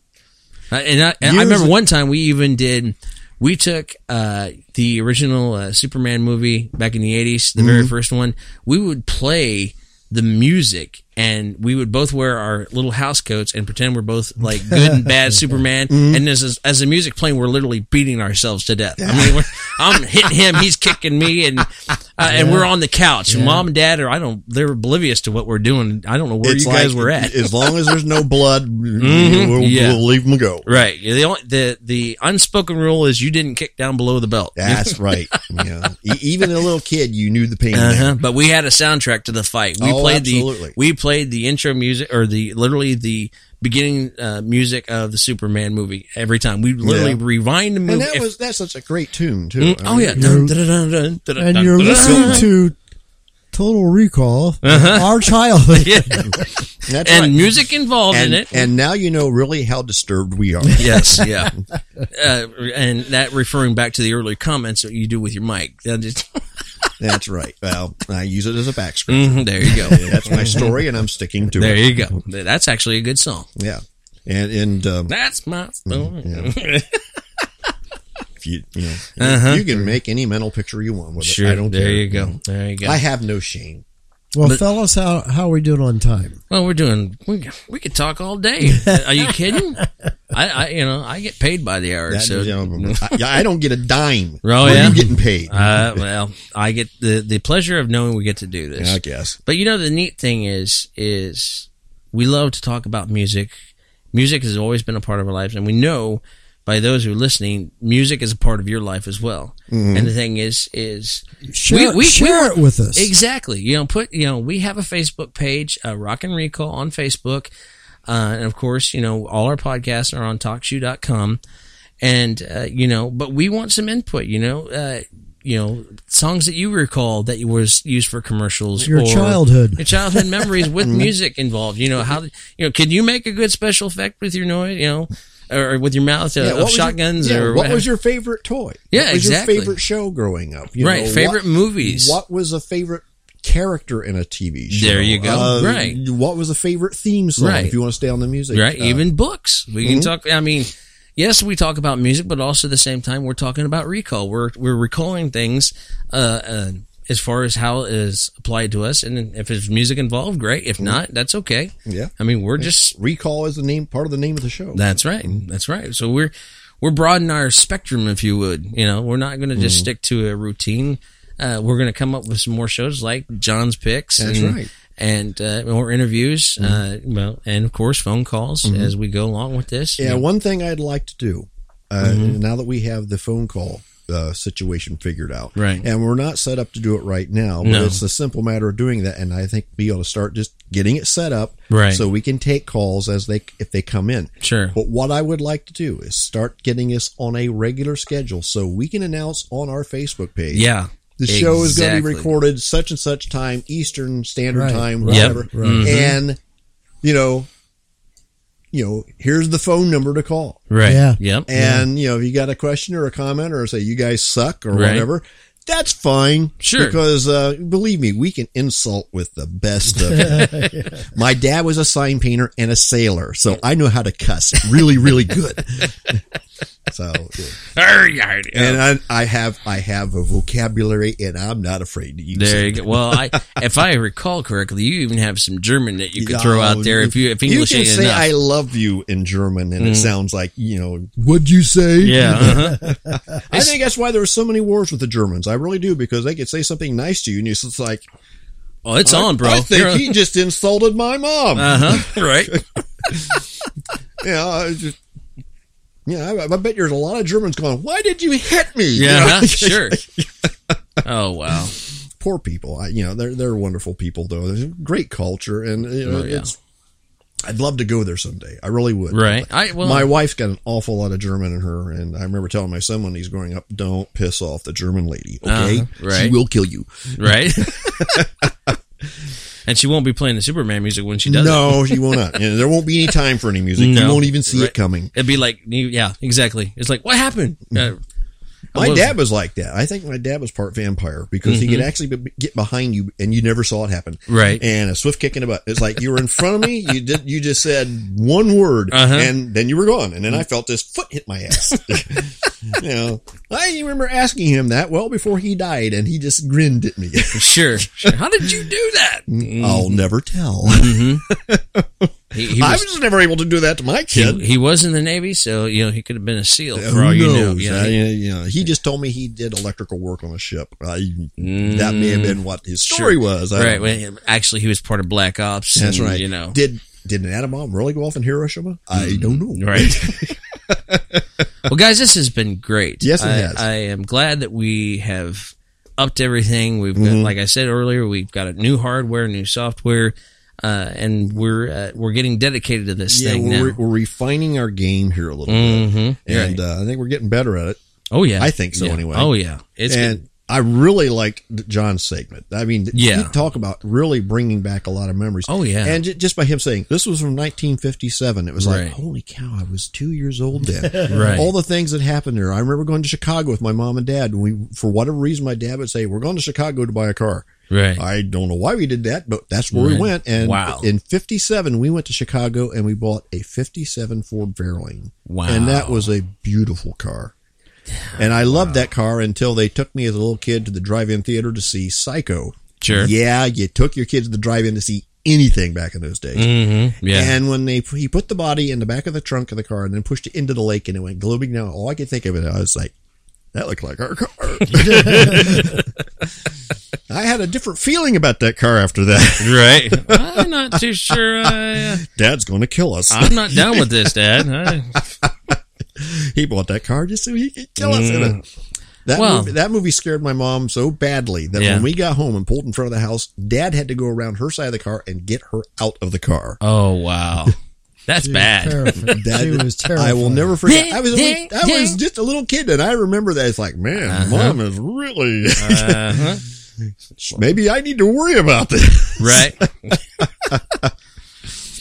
E: Uh, and I, and I
D: Years-
E: remember one time we even did. We took uh, the original uh, Superman movie back in the eighties, the
D: Mm-hmm.
E: very first one. We would play the music, and we would both wear our little house coats and pretend we're both like good and bad Superman.
D: Mm-hmm.
E: And as as the music playing, we're literally beating ourselves to death. I mean, we're, I'm hitting him, he's kicking me, and uh, and we're on the couch. And Mom and Dad are I don't they're oblivious to what we're doing. I don't know where you guys
D: like,
E: were at. Mm-hmm.
D: As long as there's no blood, we'll,
E: yeah.
D: we'll leave them go.
E: Right. The only, the the unspoken rule is you didn't kick down below the belt.
D: That's right. Yeah. E- Even a little kid, you knew the pain. there.
E: Uh-huh. But we had a soundtrack to the fight. We
D: Oh,
E: played
D: absolutely.
E: the we played the intro music or the literally the beginning uh, music of the Superman movie every time. We literally
D: Yeah.
E: rewind the movie.
D: And that
E: if-
D: was that's such a great tune too.
E: Mm,
D: I
E: oh
D: mean,
E: yeah. Dun, dun, dun, dun, dun, dun,
F: And you're
E: dun, dun.
F: listening to Total Recall,
D: Uh-huh.
F: our childhood.
D: that's right.
E: and music involved
D: and,
E: in it.
D: and now you know really how disturbed we are.
E: yes, yeah, uh, and that referring back to the earlier comments that you do with your mic. That just-
D: That's right. Well, I use it as a back scratch.
E: Mhm, there you go.
D: That's my story, and I'm sticking to
E: There
D: it.
E: you go. That's actually a good song.
D: Yeah. And and um,
E: That's my story.
D: Mm-hmm.
E: Uh-huh.
D: if you you know you can make any mental picture you want with
E: Sure.
D: it. I don't
E: there
D: care.
E: you go. There you go.
D: I have no shame.
F: Well,
E: But-
F: fellas, how how are we doing on time?
E: well, we're doing. We, we could talk all day. Are you kidding? I, I you know I get paid by the hour.
D: That,
E: so
D: you know, I, I don't get a dime.
E: Oh,
D: Where
E: yeah?
D: you getting paid?
E: uh, well, I get the the pleasure of knowing we get to do this.
D: I guess.
E: But you know the neat thing is is we love to talk about music. Music has always been a part of our lives, and we know by those who are listening, music is a part of your life as well.
D: Mm-hmm.
E: And the thing is is
F: Share, share it with us.
E: Exactly. You know, put you know, we have a Facebook page, uh, Rock and Recall on Facebook, uh, and of course, you know, all our podcasts are on TalkShoe.com, and uh, you know, but we want some input. You know, uh, you know, songs that you recall that you was used for commercials,
F: Your
E: or
F: childhood.
E: your childhood memories with music involved. You know how you know? Can you make a good special effect with your noise? You know. Or with your mouth uh,
D: Yeah,
E: of
D: what was your-
E: shotguns,
D: yeah,
E: or
D: what
E: have-
D: was your favorite toy?
E: Yeah,
D: what was
E: exactly.
D: Your favorite show growing up, You
E: Right,
D: know,
E: favorite
D: what-
E: movies.
D: What was a favorite character in a TV show? Uh,
E: There you go. Right.
D: What was a favorite theme song?
E: Right.
D: If you want to stay on the music,
E: right
D: uh, mm-hmm.
E: even books we can talk i mean yes we talk about music but also at the same time we're talking about recall we're we're recalling things uh, uh as far as how it is applied to us and if there's music involved great if not that's okay
D: Mm-hmm. Yeah.
E: i mean we're just
D: Recall is the name part of the name of the show.
E: that's right that's right so we're we're broadening our spectrum if you would you know we're not going to
D: Mm-hmm.
E: just stick to a routine uh, we're going to come up with some more shows like john's picks
D: That's
E: and,
D: right. Mm-hmm.
E: and uh, more interviews uh, well and of course phone calls as we go along with this Mm-hmm.
D: yeah, one thing I'd like to do uh, now that we have the phone call uh, situation figured out.
E: Right.
D: And we're not set up to do it right now, but
E: No.
D: it's a simple matter of doing that. And I think we ought to start just getting it set up,
E: Right.
D: So we can take calls as they if they come in.
E: Sure.
D: But what I would like to do is start getting us on a regular schedule, so we can announce on our Facebook page.
E: Yeah.
D: The show is going to be
E: Exactly.
D: recorded such and such time, Eastern Standard
F: Right,
D: Time,
F: right,
D: whatever.
F: Yep.
E: Mm-hmm.
F: right.
D: And, you know, you know, here's the phone number to call.
E: Right.
F: Yeah.
E: Yep.
D: And, you know, if you got a question or a comment or say you guys suck or
E: Right.
D: whatever, that's fine.
E: Sure.
D: Because, uh, believe me, we can insult with the best of it. My dad was a sign painter and a sailor, so I know how to cuss really, really good. so, yeah. and uh, I, I have, I have a vocabulary and I'm not afraid to use it.
E: There you go. Well, I, if I recall correctly, you even have some German that you could throw out there if you if English
D: you can
E: ain't
D: say
E: enough. Mm.
D: I love you in German and it sounds like you know what'd you say
E: yeah. uh-huh.
D: I think that's why there were so many wars with the Germans I really do because they could say something nice to you and it's just like
E: Oh, it's on, bro.
D: I
E: You're
D: think
E: on-
D: he just insulted my mom
E: uh-huh. Right.
D: yeah I just yeah I, I bet there's a lot of Germans going why did you hit me You
E: Yeah.
D: know?
E: uh-huh, Sure. Oh wow.
D: poor people I, you know they're they're wonderful people though there's a great culture and you know,
E: Oh, yeah.
D: it's I'd love to go there someday I really would
E: Right. I well.
D: my wife's got an awful lot of German in her, and I remember telling my son when he's growing up, "Don't piss off the German lady, okay?
E: Uh-huh, right.
D: She will kill you."
E: right. and she won't be playing the Superman music when she does. it.
D: no, she will not. And there won't be any time for any music. You
E: No.
D: won't even see
E: Right.
D: it coming.
E: It'd be like, you- yeah, exactly. It's like, what happened? Uh,
D: My
E: was-
D: dad was like that. I think my dad was part vampire because he could actually be, get behind you, and you never saw it happen.
E: Mm-hmm. Right.
D: And a swift kick in the butt. It's like you were in front of me. You did. You just said one word,
E: Uh-huh.
D: and then you were gone. And then I felt this foot hit my ass. you know, I remember asking him that well before he died, and he just grinned at me.
E: Sure. sure. How did you do that?
D: I'll never tell.
E: He, he
D: I
E: was,
D: was never able to do that to my kid.
E: he, he was in the Navy, so you know he could have been a SEAL for all
D: Who
E: you know.
D: knows?
E: Yeah.
D: I- you know, he just told me he did electrical work on a ship. I, that may have been what his story was. I don't
E: Mm, Right.
D: know.
E: Well, actually, he was part of Black Ops.
D: That's
E: and,
D: right.
E: You know. Mm-hmm.
D: did did an atom bomb really go off in Hiroshima? I don't know.
E: Right. well, guys, this has been great.
D: Yes, it
E: I,
D: has.
E: I am glad that we have upped everything. We've
D: Mm-hmm.
E: got, like I said earlier, we've got a new hardware, new software, uh, and we're uh, we're getting dedicated to this
D: Yeah,
E: thing
D: we're,
E: now.
D: we're refining our game here a little
E: Mhm.
D: bit, and uh, I think we're getting better at it.
E: Oh yeah,
D: I think so,
E: Yeah.
D: anyway.
E: Oh yeah, it's
D: and I really liked th- John's segment. I mean,
E: Yeah.
D: you talk about really bringing back a lot of memories.
E: Oh, yeah.
D: and j- just by him saying this was from 1957, it was
E: Right.
D: like, holy cow, I was two years old then.
E: Right.
D: All the things that happened there. I remember going to Chicago with my mom and dad. And we, for whatever reason, my dad would say, "We're going to Chicago to buy a car."
E: Right.
D: I don't know why we did that, but that's where we
E: Right.
D: went. And
E: Mm. Wow.
D: in 57, we went to Chicago and we bought a 57 Ford Fairlane.
E: Wow.
D: And that was a beautiful car. And I loved that car until they took me as a little kid to the drive-in theater to see Psycho.
E: Sure.
D: Yeah, you took your kids to the drive-in to see anything back in those days.
E: Mm-hmm. Yeah.
D: And when they he put the body in the back of the trunk of the car and then pushed it into the lake and it went globing down, all I could think of it, I was like, that looked like our car. I had a different feeling about that car after that.
E: right. I'm not too sure. I,
D: Dad's going to kill us.
E: I'm not down with this, Dad. I-
D: he bought that car just so he could kill us in it. That,
E: Mm. Well-
D: movie, that movie scared my mom so badly that
E: Yeah.
D: when we got home and pulled in front of the house, Dad had to go around her side of the car and get her out of the car.
E: oh wow, that's bad.
F: Terrified. she was terrified.
D: I will never forget. I was only, I was just a little kid, and I remember that. It's like, man,
E: Uh-huh.
D: mom is really. Maybe I need to worry about this.
E: Right.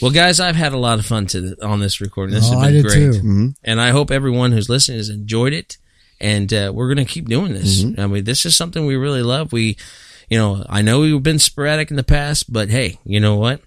E: well, guys, I've had a lot of fun to on this recording. This
F: Oh,
E: has
F: I
E: been
F: did
E: great,
F: too.
E: and I hope everyone who's listening has enjoyed it. And uh, we're going to keep doing this.
F: Mm-hmm.
E: I mean, this is something we really love. We, you know, I know we've been sporadic in the past, but hey, you know what?